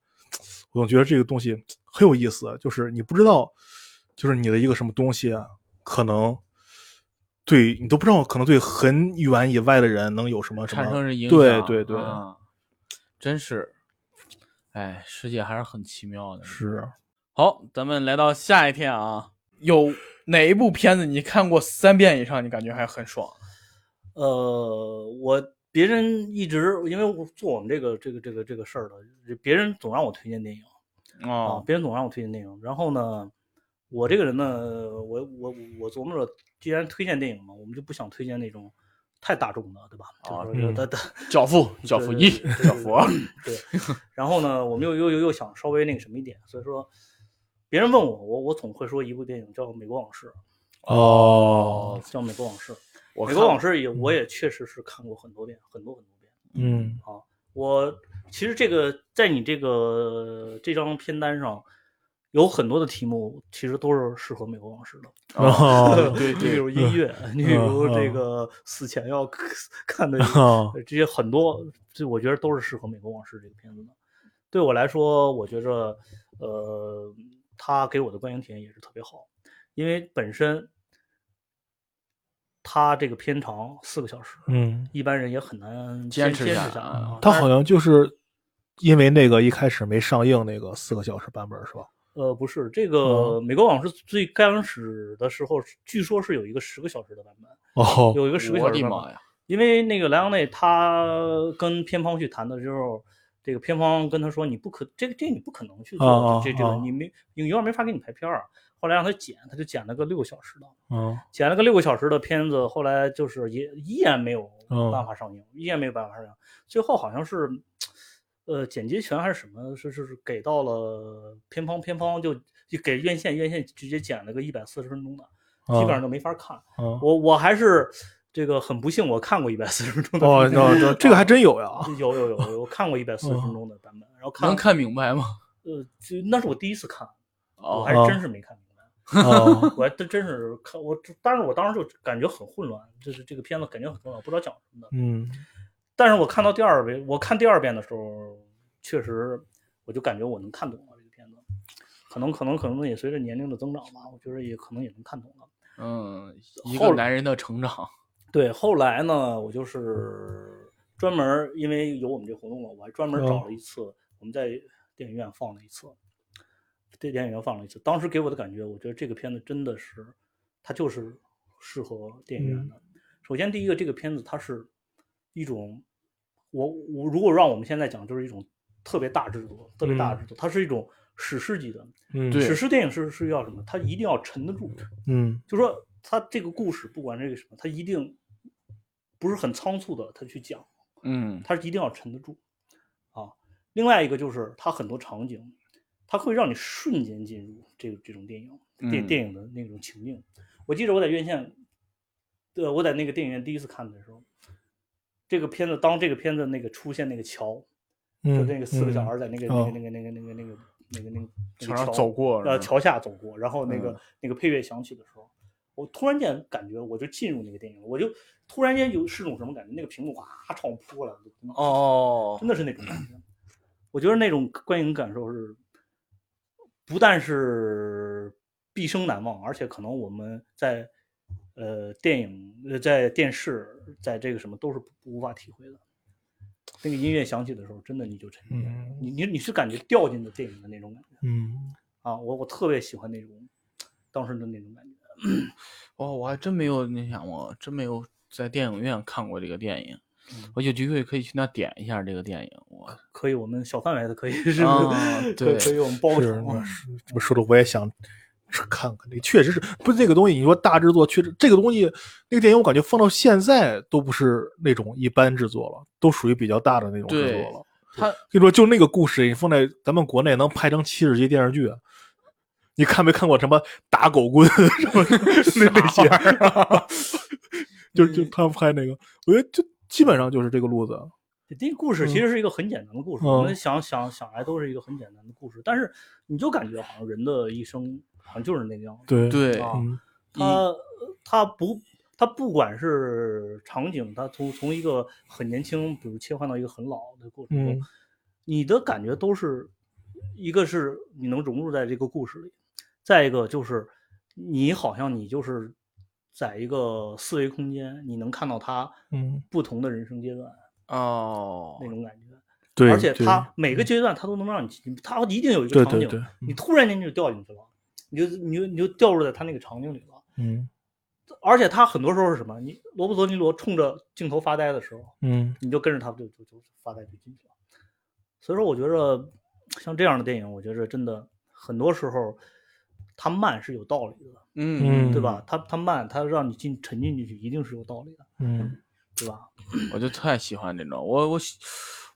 Speaker 2: 我总觉得这个东西很有意思，啊就是你不知道，就是你的一个什么东西啊，可能对你都不知道，可能对很远以外的人能有什么什么
Speaker 1: 产生着影响，
Speaker 2: 对对对，
Speaker 1: 啊真是，哎，世界还是很奇妙的。
Speaker 2: 是
Speaker 1: 好，咱们来到下一天啊，有哪一部片子你看过三遍以上，你感觉还很爽？
Speaker 3: 呃，我别人一直因为我做我们这个这个这个这个事儿的，别人总让我推荐电影啊，
Speaker 1: 哦，
Speaker 3: 别人总让我推荐电影。然后呢，我这个人呢，我我我琢磨着，既然推荐电影嘛，我们就不想推荐那种太大众的，对吧？
Speaker 1: 啊
Speaker 3: 就是
Speaker 2: 嗯
Speaker 3: 他他
Speaker 1: 教父，教父一，教父二，
Speaker 3: 对，然后呢，我们又又又又想稍微那个什么一点，所以说，别人问我，我我总会说一部电影叫《美国往事
Speaker 2: 哦》，，
Speaker 3: 叫《美国往事》。
Speaker 1: 我
Speaker 3: 《美国往
Speaker 1: 事，
Speaker 3: 事》也我也确实是看过很多遍，很多很多遍。
Speaker 2: 嗯
Speaker 3: 我其实这个在你这个这张片单上，有很多的题目其实都是适合《美国往事》的。
Speaker 2: 哦
Speaker 1: 嗯 对
Speaker 3: 你比
Speaker 1: 对，
Speaker 3: 如音乐，你比如这
Speaker 2: 嗯
Speaker 3: 个死前要 看的
Speaker 2: 哦
Speaker 3: 这些很多，这我觉得都是适合《美国往事》这个片子的。对我来说，我觉着，呃，它给我的观影体验也是特别好，因为本身它这个片长四个小时，
Speaker 2: 嗯，
Speaker 3: 一般人也很难
Speaker 1: 坚持
Speaker 3: 持坚
Speaker 1: 下
Speaker 3: 下
Speaker 1: 来
Speaker 3: 来
Speaker 1: 啊
Speaker 3: 啊。
Speaker 2: 他
Speaker 3: 但是
Speaker 2: 好像就是因为那个一开始没上映那个四个小时版本是吧？
Speaker 3: 呃，不是，
Speaker 1: 嗯
Speaker 3: 这个《美国往事》最刚开始的时候，据说是有一个十个小时的版本，
Speaker 2: 哦，
Speaker 3: 有一个十个
Speaker 1: 我
Speaker 3: 小
Speaker 1: 的
Speaker 3: 时版
Speaker 1: 妈
Speaker 3: 本。
Speaker 1: 呀！
Speaker 3: 因为那个莱昂内他跟片方去谈的时候，这个片方跟他说你不可这个这个你不可能去
Speaker 2: 啊啊
Speaker 3: 做，这这个
Speaker 2: 啊
Speaker 3: 你没影院没法给你排片儿。后来让他剪，他就剪了个六个小时的，
Speaker 2: 嗯
Speaker 3: 剪了个六个小时的片子，后来就是也依然没有
Speaker 2: 嗯
Speaker 3: 办法上映，依然没有办法上映。最后好像是，呃，剪辑权还是什么，是是是给到了片方，片方就就给院线，院线直接剪了个一百四十分钟的，基本上就没法看。
Speaker 2: 嗯。
Speaker 3: 我我还是这个很不幸，我看过一百四十分钟的
Speaker 2: 哦，
Speaker 3: 版本。
Speaker 2: 那这这个还真有呀！
Speaker 3: 有有有有，我看过一百四十分钟的版本，然后看
Speaker 1: 能看明白吗？
Speaker 3: 呃，就那是我第一次看，我
Speaker 1: 哦
Speaker 3: 还，真是没看明白。
Speaker 2: 哦，
Speaker 3: 我还真真是看我，但是我当时就感觉很混乱，就是这个片子感觉很混乱，不知道讲什么的。
Speaker 2: 嗯，
Speaker 3: 但是我看到第二遍，我看第二遍的时候，确实我就感觉我能看懂了这个片子，可能可能可能也随着年龄的增长吧，我觉得也可能也能看懂了。
Speaker 1: 嗯，一
Speaker 3: 后
Speaker 1: 个男人的成长，
Speaker 3: 对，后来呢，我就是专门儿因为有我们这活动嘛，我还专门
Speaker 2: 嗯
Speaker 3: 儿找了一次，我们在电影院放了一次，在电影院放了一次。当时给我的感觉，我觉得这个片子真的是，它就是适合电影院的。
Speaker 2: 嗯
Speaker 3: 首先，第一个，这个片子它是一种，我我如果让我们现在讲，就是一种特别大制作，特别大
Speaker 2: 嗯
Speaker 3: 制作，它是一种史诗级的。
Speaker 2: 嗯
Speaker 1: 对
Speaker 3: 史诗电影是是要什么？它一定要沉得住。
Speaker 2: 嗯
Speaker 3: 就说他这个故事，不管这个什么，他一定不是很仓促的，他去讲，
Speaker 1: 嗯，
Speaker 3: 他一定要沉得住啊。另外一个就是他很多场景，他会让你瞬间进入这个这种电影电
Speaker 1: 嗯
Speaker 3: 电影的那种情境。我记得我在院线对，我在那个电影院第一次看的时候，这个片子当这个片子那个出现那个桥，就
Speaker 2: 嗯，
Speaker 3: 那个四个小孩
Speaker 2: 嗯，
Speaker 3: 在那个、
Speaker 2: 哦
Speaker 3: 那个那个那个那个那个那个那个那个那
Speaker 1: 桥
Speaker 3: 个
Speaker 1: 上走过哦是
Speaker 3: 呃，
Speaker 1: 吧
Speaker 3: 桥下走过，然后那个、
Speaker 1: 嗯
Speaker 3: 那个配乐响起的时候，我突然间感觉我就进入那个电影了，我就突然间有是种什么感觉？那个屏幕哗朝我扑过来，我就
Speaker 1: 哦
Speaker 3: 真的是那种感觉。我觉得那种观影感受是，不但是毕生难忘，而且可能我们在呃电影、呃在电视、在这个什么都是不无法体会的。那个音乐响起的时候，真的你就沉浸了，
Speaker 2: 嗯
Speaker 3: 你你你是感觉掉进了电影的那种感觉
Speaker 2: 嗯，
Speaker 3: 啊！我我特别喜欢那种当时的那种感觉。
Speaker 1: 哦，我还真没有那想过，真没有在电影院看过这个电影。
Speaker 3: 嗯
Speaker 1: 我有机会可以去那点一下这个电影。我
Speaker 3: 可以，我们小范围的可以是，
Speaker 1: 啊对
Speaker 3: 可以可以我们包
Speaker 2: 嗯是，
Speaker 3: 场
Speaker 2: 那
Speaker 3: 啊。
Speaker 2: 是这么说的，我也想去看看。这确实是不是这个东西？你说大制作，确实这个东西，那个电影我感觉放到现在都不是那种一般制作了，都属于比较大的那种制
Speaker 1: 对
Speaker 2: 作了。
Speaker 1: 他
Speaker 2: 跟你说，就那个故事，你放在咱们国内能拍成七十集电视剧。啊你看没看过什么打狗棍 什么那那些？
Speaker 3: 啊
Speaker 2: 就就他们拍那个，我觉得就基本上就是这个路子。啊
Speaker 3: 这故事其实是一个很简单的故事，我
Speaker 2: 嗯
Speaker 3: 们想想想来都是一个很简单的故事，但是你就感觉好像人的一生好像就是那个样子。
Speaker 2: 对，
Speaker 1: 对
Speaker 3: 啊
Speaker 2: 嗯
Speaker 3: 他他不他不管是场景，他从从一个很年轻，比如切换到一个很老的过程中，
Speaker 2: 嗯
Speaker 3: 你的感觉都是一个是你能融入在这个故事里，再一个就是你好像你就是在一个四维空间，你能看到他
Speaker 2: 嗯，
Speaker 3: 不同的人生阶段
Speaker 1: 哦
Speaker 3: 那，种感觉。
Speaker 2: 对，
Speaker 3: 而且
Speaker 2: 对嗯
Speaker 3: 它每个阶段它都能让你进，它一定有一个
Speaker 2: 对
Speaker 3: 场
Speaker 2: 对
Speaker 3: 景，
Speaker 2: 对，嗯
Speaker 3: 你突然间就掉进去了，你就你就你就掉入在它那个场景里了。
Speaker 2: 嗯
Speaker 3: 而且它很多时候是什么？你罗伯特尼罗冲着镜头发呆的时候，
Speaker 2: 嗯
Speaker 3: 你就跟着他就就就发呆就进去了。所以说，我觉着像这样的电影，我觉着真的很多时候它慢是有道理的，
Speaker 1: 嗯
Speaker 2: 嗯
Speaker 3: 对吧？它它慢，它让你进沉浸进去，一定是有道理的，
Speaker 2: 嗯
Speaker 3: 对吧？
Speaker 1: 我就太喜欢这种。我我喜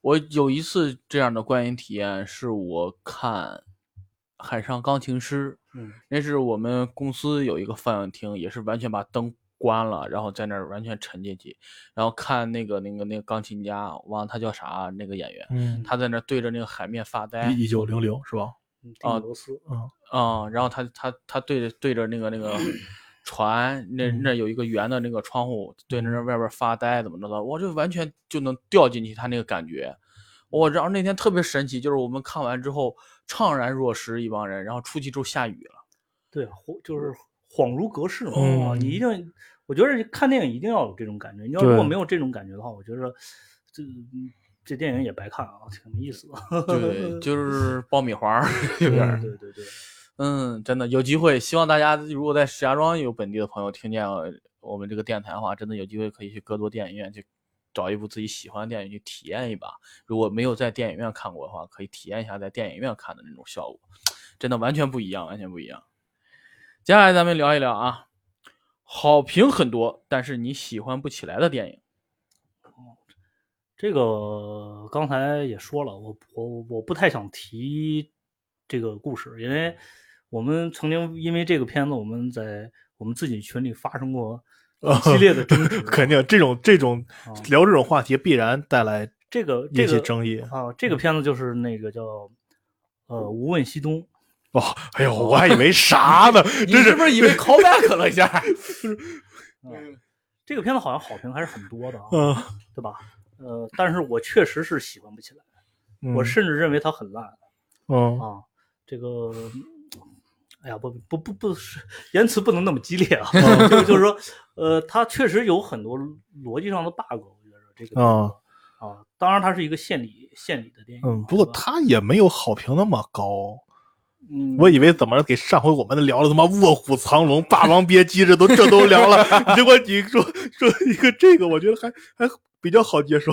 Speaker 1: 我有一次这样的观影体验，是我看《海上钢琴师》，
Speaker 3: 嗯
Speaker 1: 那是我们公司有一个放映厅，也是完全把灯关了，然后在那儿完全沉进去，然后看那个那个那个钢琴家，我忘了他叫啥那个演员，
Speaker 2: 嗯，
Speaker 1: 他在那儿对着那个海面发
Speaker 3: 哎
Speaker 1: 呆
Speaker 2: 一九零零是吧？
Speaker 3: 嗯，蒂姆罗斯，
Speaker 1: 啊、然后他他他对着对着那个那个船，那那有一个圆的那个窗户，对着那外边发呆，怎么着的，我就完全就能掉进去他那个感觉。我然后那天特别神奇，就是我们看完之后怅然若失，一帮人，然后出去之后下雨了。
Speaker 3: 对，恍就是恍如隔世嘛。
Speaker 2: 嗯
Speaker 3: 啊你一定，我觉得看电影一定要有这种感觉。你要
Speaker 2: 对。
Speaker 3: 如果没有这种感觉的话，我觉着这嗯这电影也白看啊，挺没意思的。
Speaker 1: 对，就是爆米花儿有点
Speaker 3: 对
Speaker 1: 儿。
Speaker 3: 对对对，
Speaker 1: 嗯，真的有机会，希望大家如果在石家庄有本地的朋友听见呃我们这个电台的话，真的有机会可以去戈多电影院去找一部自己喜欢的电影去体验一把。如果没有在电影院看过的话，可以体验一下在电影院看的那种效果，真的完全不一样，完全不一样。接下来咱们聊一聊啊，好评很多，但是你喜欢不起来的 电影。
Speaker 3: 这个刚才也说了，我我我不太想提这个故事，因为我们曾经因为这个片子，我们在我们自己群里发 生过
Speaker 1: 哦
Speaker 3: 激烈的争执
Speaker 2: 肯定这种这种
Speaker 3: 啊
Speaker 2: 聊这种话题必然带来
Speaker 3: 这个这
Speaker 2: 引起
Speaker 3: 个
Speaker 2: 争议。
Speaker 3: 啊，这个片子就是那个叫呃《无问西东》。
Speaker 2: 哦，哎呦，我还以为啥 呢？
Speaker 1: 你
Speaker 2: 真
Speaker 1: 是不是以为 callback 了一下？
Speaker 3: 这个片子好像好评还是很多的啊，
Speaker 2: 嗯，
Speaker 3: 对吧？呃，但是我确实是喜欢不起来，
Speaker 2: 嗯
Speaker 3: 我甚至认为它很烂
Speaker 2: 嗯
Speaker 3: 啊。这个，哎呀，不不不不是，言辞不能那么激烈 啊。就就是说，呃，它确实有很多逻辑上的 bug，我觉得这个片子啊，当然它是一个献礼献礼的电影啊，
Speaker 2: 嗯，不过
Speaker 3: 对吧
Speaker 2: 他也没有好评那么高。
Speaker 3: 嗯，
Speaker 2: 我以为怎么着给上回我们聊了他妈卧虎藏龙、霸王别姬，这都这都聊 了，结果你说说一个这个，我觉得还还比较好接受。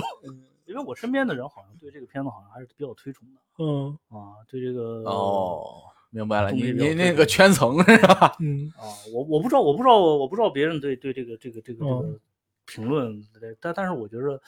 Speaker 3: 因为我身边的人好像对这个片子好像还是比较推崇的
Speaker 2: 嗯
Speaker 3: 啊，对这个
Speaker 1: 哦，明白了，
Speaker 3: 终
Speaker 1: 你
Speaker 3: 于
Speaker 1: 你
Speaker 3: 有
Speaker 1: 那
Speaker 3: 这
Speaker 1: 个
Speaker 3: 个
Speaker 1: 圈层是吧？
Speaker 2: 嗯
Speaker 3: 啊，我我不知道，我不知道，我不知道别人对对这个这个这个这个
Speaker 2: 嗯
Speaker 3: 评论之类的，但但是我觉着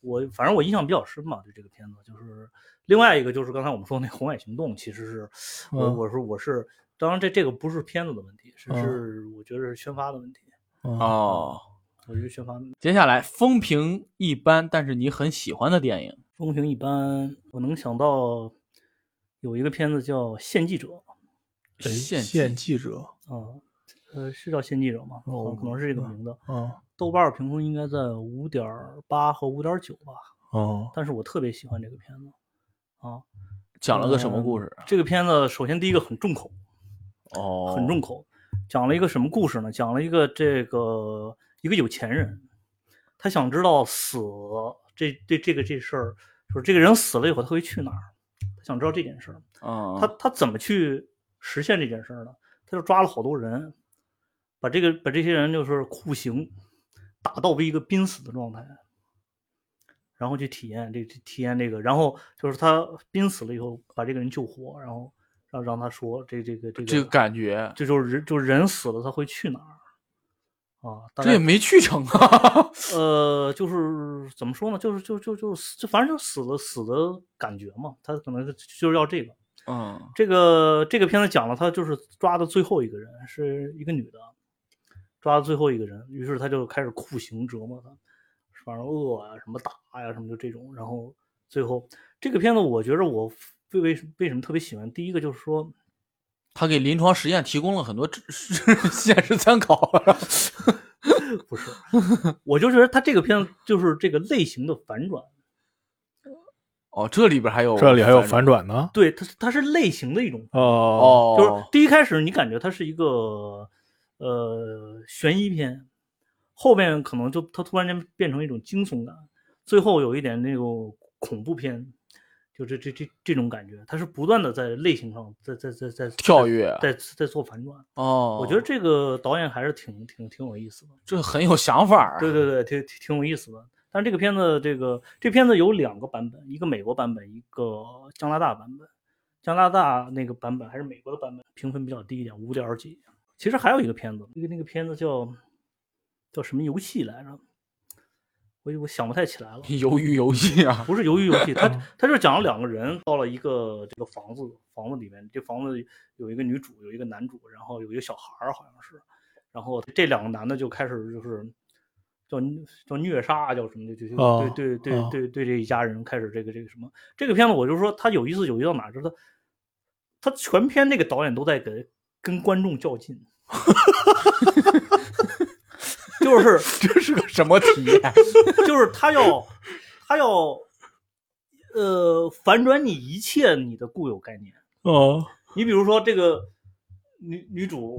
Speaker 3: 我反正我印象比较深吧，对这个片子就是另外一个就是刚才我们说那《红海行动》，其实是我、
Speaker 2: 嗯
Speaker 3: 我是我是当然这这个不是片子的问题，是
Speaker 2: 嗯
Speaker 3: 是我觉得是宣发的问题
Speaker 2: 啊
Speaker 1: 哦，
Speaker 3: 我觉得宣发
Speaker 1: 接下来风评一般，但是你很喜欢的电影，
Speaker 3: 风评一般，我能想到有一个片子叫《献祭者》哎
Speaker 1: 《献祭
Speaker 2: 哎献记者
Speaker 3: 啊，呃，是叫《献祭者》吗？
Speaker 2: 哦
Speaker 3: 可能是这个名字。
Speaker 2: 啊
Speaker 3: 豆瓣儿评分应该在五点八和五点九吧，
Speaker 2: 哦
Speaker 3: 但是我特别喜欢这个片子啊。
Speaker 1: 讲了个什么故事？啊
Speaker 3: 嗯这个片子首先第一个很重口，
Speaker 1: 哦，
Speaker 3: 嗯很重口，讲了一个什么故事呢？讲了一个这个一个有钱人，他想知道死这这这个这事儿，就是这个人死了以后他会去哪儿，他想知道这件事儿。
Speaker 1: 啊，
Speaker 3: 他他怎么去实现这件事儿呢？他就抓了好多人，把这个把这些人就是酷刑，打到一个濒死的状态，然后去体验这体验这个，然后就是他濒死了以后把这个人救活，然后让让他说这这个这个
Speaker 1: 这个感觉，
Speaker 3: 这就是人就是人死了他会去哪儿啊？大
Speaker 1: 这
Speaker 3: 概
Speaker 1: 也没去成 啊。
Speaker 3: 呃，就是怎么说呢？就是就就就是死就反正就死了死的感觉嘛，他可能就就是要这个。
Speaker 1: 嗯，
Speaker 3: 这个这个片子讲了，他就是抓的最后一个人是一个女的，抓的最后一个人，于是他就开始酷刑折磨她，反正饿呀、啊什么打呀、什么就这种，然后最后这个片子，我觉着我为为什为什么特别喜欢，第一个就是说，
Speaker 1: 他给临床实验提供了很多知现实参考。
Speaker 3: 不是，我就觉得他这个片子就是这个类型的反转，
Speaker 1: 哦，这里边还有
Speaker 2: 这里还有反转呢
Speaker 3: 对，它是它是类型的一种
Speaker 2: 哦
Speaker 1: 哦，
Speaker 3: 就是第一开始你感觉它是一个呃悬疑片，后面可能就它突然间变成一种惊悚感，最后有一点那种恐怖片，就这这这这种感觉，它是不断的在类型上在在在在
Speaker 1: 跳跃啊
Speaker 3: 在在在做反转。
Speaker 1: 哦，
Speaker 3: 我觉得这个导演还是挺挺挺有意思的，
Speaker 1: 这很有想法儿。啊
Speaker 3: 对对对，挺挺挺有意思的。但是这个片子，这个这片子有两个版本，一个美国版本，一个加拿大版本。加拿大那个版本还是美国的版本，评分比较低一点，五点几。其实还有一个片子，那个那个片子叫叫什么游戏来着？我我想不太起来了。
Speaker 1: 鱿鱼游戏啊，
Speaker 3: 不是鱿鱼游 戏，
Speaker 2: 嗯
Speaker 3: 他他就是讲了两个人到了一个这个房子，房子里面这房子有一个女主，有一个男主，然后有一个小孩儿好像是，然后这两个男的就开始就是叫叫虐杀啊，叫什么的，就就
Speaker 2: 哦
Speaker 3: 对对对
Speaker 2: 哦
Speaker 3: 对对这一家人开始这个这个什么这个片子，我就说他有意思有意思到哪儿，就是他他全篇那个导演都在跟跟观众 较劲， 就是。
Speaker 1: 这是个什么体 验？
Speaker 3: 就是他要，他要，呃，反转你一切你的固有概念。
Speaker 2: 哦
Speaker 3: 你比如说这个女女主，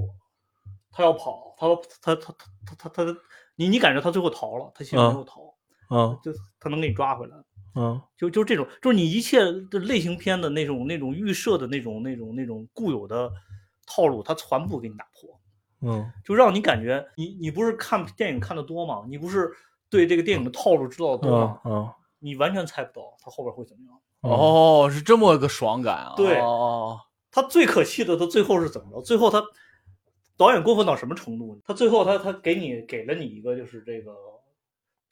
Speaker 3: 她要跑，她她她她她她她，你你感觉她最后逃了，她其实没有逃，
Speaker 2: 哦
Speaker 3: 就她能给你抓回来。
Speaker 2: 哦
Speaker 3: 就就这种，就是你一切的类型片的那种那种预设的那种那种那种固有的套路，它全部给你打破。
Speaker 2: 嗯
Speaker 3: 就让你感觉你你不是看电影看的多吗？你不是对这个电影的套路知道的多吗
Speaker 2: 哦？哦
Speaker 3: 你完全猜不到他后边会怎么样。
Speaker 1: 哦，是这么个爽感啊！
Speaker 3: 对
Speaker 1: 哦，
Speaker 3: 他最可气的，他最后是怎么着？最后他导演过分到什么程度？他最后他他给你给了你一个就是这个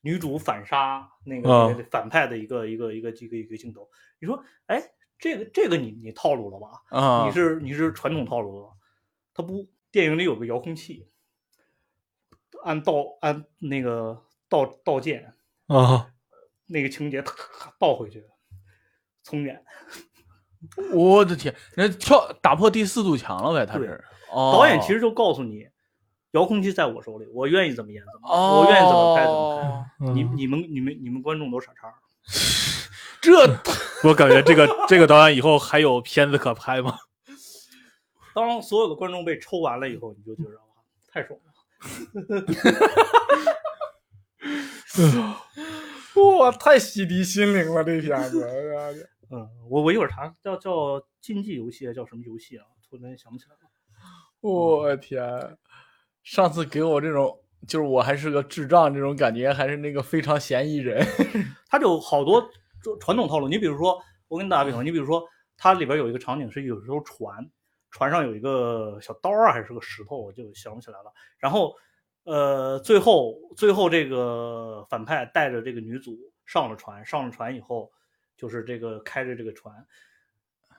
Speaker 3: 女主反杀那个、
Speaker 2: 嗯
Speaker 3: 那个反派的一个一个一个一个一个镜头。你说，哎，这个这个你你套路了吧？
Speaker 1: 啊，
Speaker 3: 你是你是传统套路了，他不电影里有个遥控器，按倒按那个倒倒键
Speaker 2: 哦
Speaker 3: 那个情节， 咔咔咔倒回去，从远。
Speaker 1: 我的天，人家跳打破第四堵墙了呗，他
Speaker 3: 对
Speaker 1: 是。哦，
Speaker 3: 导演其实就告诉你，遥控器在我手里，我愿意怎么演怎么演，
Speaker 1: 哦，
Speaker 3: 我愿意怎么拍怎么拍。
Speaker 2: 嗯
Speaker 3: 你你们你们你们观众都傻叉儿，
Speaker 1: 这
Speaker 2: 我感觉这个这个导演以后还有片子可拍吗？
Speaker 3: 当所有的观众被抽完了以后，你就觉得哇，太爽了。
Speaker 1: 哦
Speaker 4: 哇，太洗涤心灵了，这片子。哎呀
Speaker 3: 嗯，我我一会儿查叫叫竞技游戏啊叫什么游戏啊？突然想不起来了。
Speaker 4: 我天，
Speaker 1: 上次给我这种，就是我还是个智障这种感觉，还是那个非常嫌疑人。
Speaker 3: 它就好多传传统套路。你比如说，我给你打个比方，你比如说，它里边有一个场景是有时候船，船上有一个小刀儿还是个石头，我就想不起来了。然后，呃，最后最后这个反派带着这个女主上了船，上了船以后，就是这个开着这个船，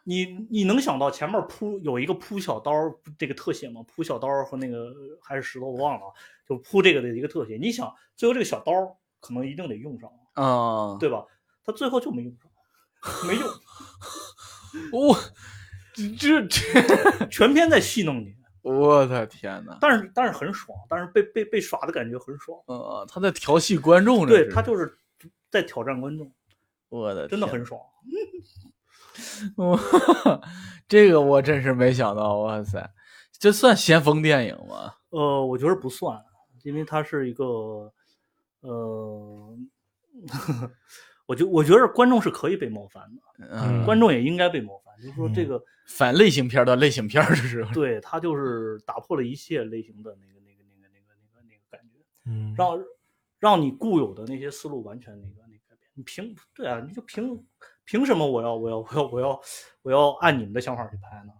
Speaker 3: 你你能想到前面铺有一个铺小刀儿这个特写吗？铺小刀儿和那个还是石头，我忘了啊，就铺这个的一个特写。你想，最后这个小刀儿可能一定得用上，
Speaker 1: 啊，
Speaker 3: 对吧？他最后就没用上，没用，
Speaker 1: 我哦这这，
Speaker 3: 全篇在戏弄你，
Speaker 1: 我的天呐，
Speaker 3: 但是但是很爽，但是被被被耍的感觉很爽。
Speaker 1: 呃，他在调戏观众这是，
Speaker 3: 对他就是在挑战观众，
Speaker 1: 我的
Speaker 3: 真的
Speaker 1: 天
Speaker 3: 很爽。
Speaker 1: 我 这个我真是没想到，哇塞，这算先锋电影吗？
Speaker 3: 呃，我觉得不算，因为它是一个，呃， 我觉我觉得观众是可以被冒犯的，
Speaker 1: 嗯，
Speaker 3: 观众也应该被冒犯。就是说，这
Speaker 2: 嗯
Speaker 3: 个
Speaker 1: 反类型片儿的类型片儿，这是
Speaker 3: 对他就是打破了一切类型的那个那个那个那个那个那个感觉，
Speaker 2: 嗯，
Speaker 3: 让让你固有的那些思路完全那个那个改变。你凭对啊，你就凭凭什么我要我要我要我要我要按你们的想法去拍呢？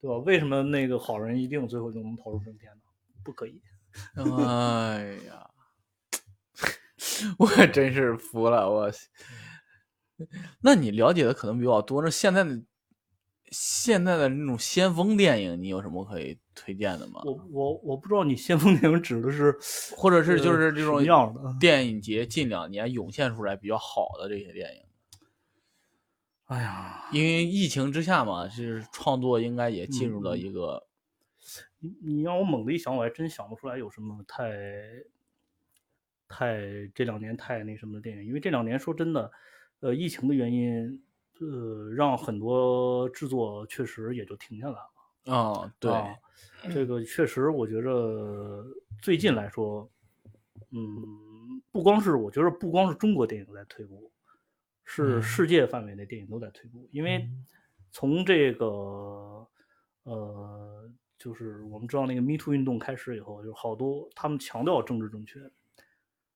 Speaker 3: 对吧？为什么那个好人一定最后就能逃出升天呢？不可以。
Speaker 1: 哎呀，我真是服了我。那你了解的可能比我多，那现在的现在的那种先锋电影，你有什么可以推荐的吗？
Speaker 3: 我我我不知道你先锋电影指的是
Speaker 1: 或者是就
Speaker 3: 呃
Speaker 1: 是这
Speaker 3: 什
Speaker 1: 种
Speaker 3: 么样的？
Speaker 1: 电影节近两年涌现出来比较好的这些电影，
Speaker 3: 哎呀，
Speaker 1: 因为疫情之下嘛，就是创作应该也进入了
Speaker 3: 嗯
Speaker 1: 一个
Speaker 3: 你你让我猛地一想，我还真想不出来有什么太太这两年太那什么的电影，因为这两年说真的，呃，疫情的原因，呃，让很多制作确实也就停下来了。
Speaker 1: 啊、对，
Speaker 3: 啊这个确实，我觉着最近来说，嗯，不光是我觉着不光是中国电影在退步，是
Speaker 2: 嗯
Speaker 3: 世界范围内电影都在退步，因为从这个呃，就是我们知道那个 Me Too 运动开始以后，有好多他们强调政治正确，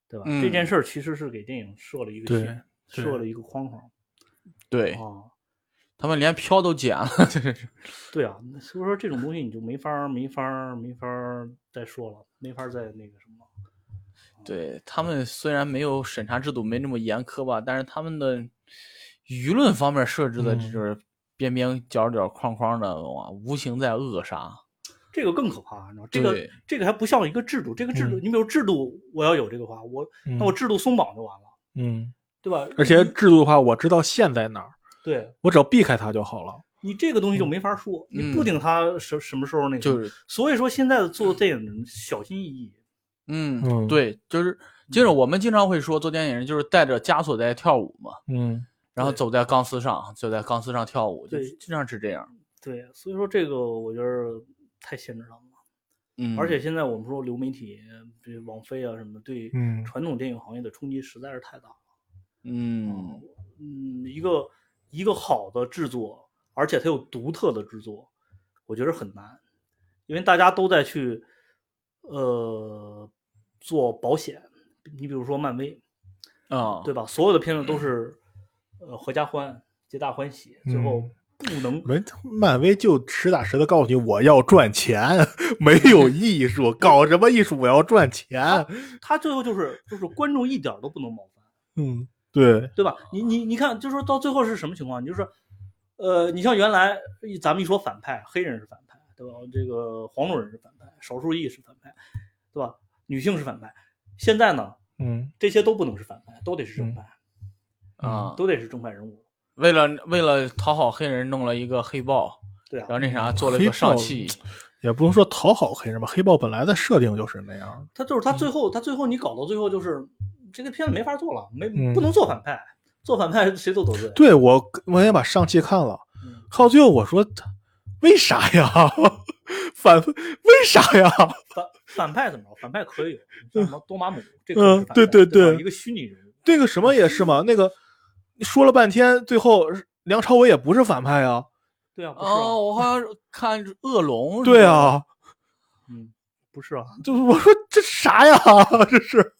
Speaker 3: 对吧？这件
Speaker 1: 嗯
Speaker 3: 事儿其实是给电影设了一个
Speaker 2: 对
Speaker 3: 线，设
Speaker 2: 对
Speaker 3: 了一个框框
Speaker 1: 对
Speaker 3: 啊。
Speaker 1: 他们连票都剪了，这是
Speaker 3: 对啊，那所以说这种东西你就没法儿没法儿没法儿再说了，没法儿再那个什么了。
Speaker 1: 对他们虽然没有审查制度没那么严苛吧，但是他们的舆论方面设置的
Speaker 2: 嗯
Speaker 1: 就是边边角角框框的，哇，无形在扼杀。
Speaker 3: 这个更可怕，你知道这个
Speaker 1: 对
Speaker 3: 这个还不像一个制度，这个制度，
Speaker 2: 嗯
Speaker 3: 你比如制度，我要有这个话，我那我制度松绑就完了，
Speaker 2: 嗯，
Speaker 3: 对吧？
Speaker 2: 而且制度的话，我知道线在哪儿，
Speaker 3: 对
Speaker 2: 我只要避开它就好了。
Speaker 3: 你这个东西就没法说，你不
Speaker 1: 嗯
Speaker 3: 定他什什么时候那个，
Speaker 1: 就是
Speaker 3: 所以说现在的做电影的人小心翼翼，
Speaker 1: 嗯，
Speaker 2: 嗯
Speaker 1: 对，就是
Speaker 3: 嗯
Speaker 1: 就是我们经常会说，做电影人就是带着枷锁在跳舞嘛，
Speaker 2: 嗯
Speaker 1: 然后
Speaker 3: 对
Speaker 1: 走在钢丝上，走在钢丝上跳舞，就
Speaker 3: 对
Speaker 1: 经常是这样。
Speaker 3: 对，所以说这个我觉得太限制他们了。
Speaker 1: 嗯，
Speaker 3: 而且现在我们说流媒体，比如网飞啊什么的，对
Speaker 2: 嗯
Speaker 3: 传统电影行业的冲击实在是太大了。
Speaker 1: 嗯
Speaker 3: 嗯，一个一个好的制作，而且它有独特的制作，我觉得很难，因为大家都在去呃做保险。你比如说漫威，
Speaker 1: 啊，
Speaker 3: 哦对吧？所有的片子都是呃合家欢、皆大欢喜，最后不能、
Speaker 2: 没，漫威就实打实的告诉你，我要赚钱， 没有艺术，搞什么艺术？我要赚 钱。
Speaker 3: 他最后就是就是观众一点儿都不能冒犯，
Speaker 2: 嗯，对，
Speaker 3: 对吧？你你你看，就是说到最后是什么情况？你就是说，呃，你像原来一咱们一说反派，黑人是反派，对吧？这个黄种人是反派，少数裔是反派，对吧？女性是反派。现在呢，
Speaker 2: 嗯
Speaker 3: 这些都不能是反派，都得是正派，
Speaker 1: 啊，
Speaker 3: 都得是正派人物。
Speaker 1: 为了为了讨好黑人，弄了一个黑豹，
Speaker 3: 对
Speaker 1: 然后
Speaker 3: 啊，
Speaker 1: 那啥做了一
Speaker 2: 黑
Speaker 1: 个上
Speaker 2: 豹
Speaker 1: 汽，
Speaker 2: 也不能说讨好黑人吧，黑豹本来的设定就是那样
Speaker 3: 他就是他最后他最后你搞到最后就是这个片子没法做了，没
Speaker 2: 嗯
Speaker 3: 不能做反派，做反派谁都得罪
Speaker 2: 的。。对我，我也把上期看了，
Speaker 3: 嗯
Speaker 2: 看到最后我说，为啥呀？ 反为啥呀？
Speaker 3: 反反派怎么着？反派可以有，像什么多玛姆这个
Speaker 2: 嗯
Speaker 3: 是反派
Speaker 2: 对
Speaker 3: 对
Speaker 2: 对
Speaker 3: 吧
Speaker 2: 对
Speaker 3: 一个虚拟人物。
Speaker 2: 那个什么也是嘛，那个说了半天，最后梁朝伟也不是反派啊。
Speaker 3: 对啊，不是啊
Speaker 1: 哦，我好像看恶龙。
Speaker 2: 对，啊，
Speaker 3: 嗯，不是啊，
Speaker 2: 就是我说这啥呀？ 这是，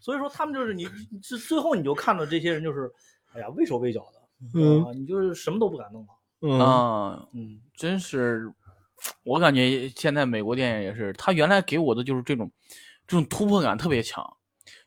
Speaker 3: 所以说他们就是你，你最最后你就看到这些人就是，哎呀畏手畏脚的，
Speaker 2: 嗯
Speaker 3: 啊，你就是什么都不敢弄了，
Speaker 2: 嗯
Speaker 1: 啊，
Speaker 3: 嗯，
Speaker 1: 真是，我感觉现在美国电影也是，他原来给我的就是这种，这种突破感特别强。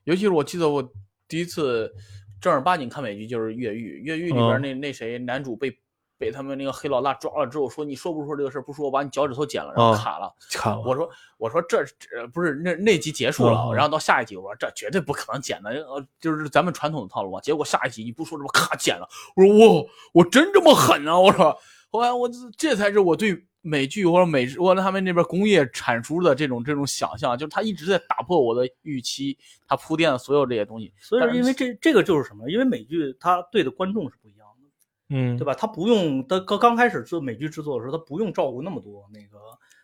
Speaker 1: 尤其是我记得我第一次正儿八经看美剧就是《越狱》，《越狱》里边
Speaker 2: 嗯
Speaker 1: 那、那谁男主被被他们那个黑老大抓了之后，说你说不说这个事儿？不说，我把你脚趾头剪了，然后
Speaker 2: 啊
Speaker 1: 砍了。
Speaker 2: 看了，
Speaker 1: 我说我说这这不是那那集结束了，
Speaker 2: 嗯嗯
Speaker 1: 然后到下一集我说这绝对不可能剪的，呃，就是咱们传统的套路嘛。结果下一集你不说这么咔剪了，我说哇，我真这么狠啊！我说后来我这这才是我对美剧或者美或者他们那边工业产出的这种这种想象，就是他一直在打破我的预期，他铺垫了所有这些东西。
Speaker 3: 所以
Speaker 1: 但
Speaker 3: 说
Speaker 1: 是
Speaker 3: 因为这这个就是什么？因为美剧它对的观众是不一样的，
Speaker 2: 嗯
Speaker 3: 对吧？它不用它刚刚开始做美剧制作的时候，它不用照顾那么多那个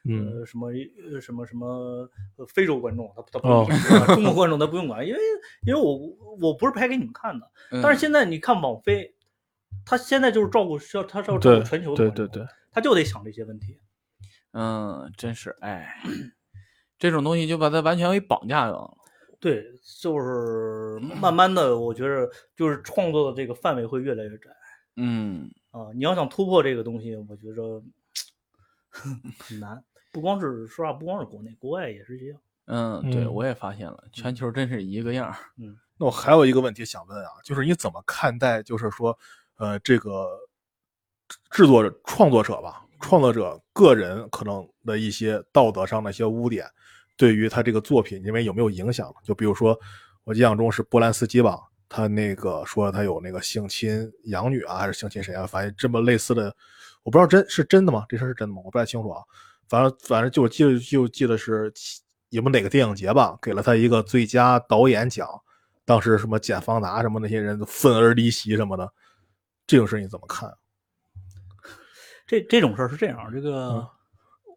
Speaker 2: 嗯
Speaker 3: 呃，什么呃什么什么呃非洲观众，他他不
Speaker 2: 哦
Speaker 3: 用管，中国观众他不用管，因为因为我我不是拍给你们看的。
Speaker 1: 嗯
Speaker 3: 但是现在你看网飞，他现在就是照顾需要他照顾照顾
Speaker 2: 对
Speaker 3: 全球的
Speaker 2: 对
Speaker 3: 观
Speaker 2: 对
Speaker 3: 众
Speaker 2: 对，
Speaker 3: 他就得想这些问题。
Speaker 1: 嗯，真是哎，这种东西就把它完全给绑架了。
Speaker 3: 对，就是慢慢的，我觉着就是创作的这个范围会越来越窄
Speaker 1: 嗯，
Speaker 3: 啊。你要想突破这个东西，我 觉着很难。不光是说实话，不光是国内，国外也是这样。
Speaker 1: 嗯，对，
Speaker 2: 嗯
Speaker 1: 我也发现了，全球真是一个样儿。
Speaker 2: 那我还有一个问题想问啊，就是你怎么看待，就是说，呃，这个制作者、创作者吧，创作者个人可能的一些道德上的一些污点，对于他这个作品，因为有没有影响？就比如说，我印象中是波兰斯基吧，他那个说他有那个性侵养女啊，还是性侵谁啊？反正这么类似的，我不知道真是真的吗？这事儿是真的吗？我不太清楚啊。反正反正就记得就记得是也不哪个电影节吧，给了他一个最佳导演奖。当时什么简方达什么那些人都愤而离席什么的，这种事你怎么看？
Speaker 3: 这这种事儿是这样，这个
Speaker 2: 嗯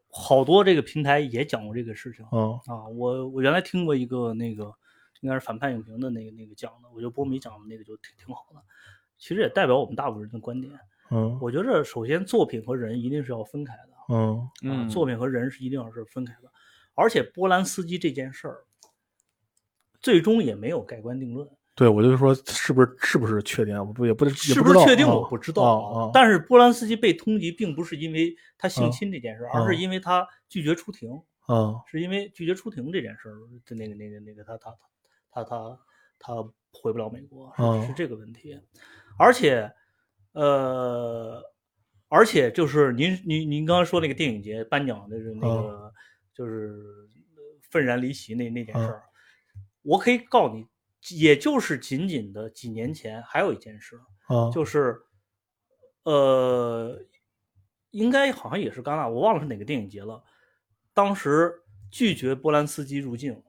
Speaker 3: 好多这个平台也讲过这个事情
Speaker 2: 嗯
Speaker 3: 啊。我我原来听过一个那个应该是反叛影评的那个那个讲的，我觉得波米讲的那个就挺挺好的，其实也代表我们大部分人的观点。
Speaker 2: 嗯
Speaker 3: 我觉着首先作品和人一定是要分开的，
Speaker 2: 嗯
Speaker 3: 啊，作品和人是一定要是分开的。而且波兰斯基这件事儿，最终也没有盖棺定论，
Speaker 2: 对我就说是不是是不是确定？我啊不也不也不
Speaker 3: 是不是确定我不知道
Speaker 2: 啊。啊
Speaker 3: 但是波兰斯基被通缉，并不是因为他性
Speaker 2: 啊
Speaker 3: 侵这件事儿，
Speaker 2: 啊
Speaker 3: 而是因为他拒绝出庭，
Speaker 2: 嗯
Speaker 3: 是因为拒绝出庭这件事儿的那个那个那个他他他他他他回不了美国，是、
Speaker 2: 啊
Speaker 3: 是这个问题。而且，呃，而且就是您您您刚刚说那个电影节颁奖的是那
Speaker 2: 啊
Speaker 3: 个、就是呃愤然离席那那件事
Speaker 2: 啊
Speaker 3: 儿，我可以告你，也就是仅仅的几年前还有一件事，
Speaker 2: 嗯
Speaker 3: 就是，呃，应该好像也是戛纳，我忘了是哪个电影节了。当时拒绝波兰斯基入境，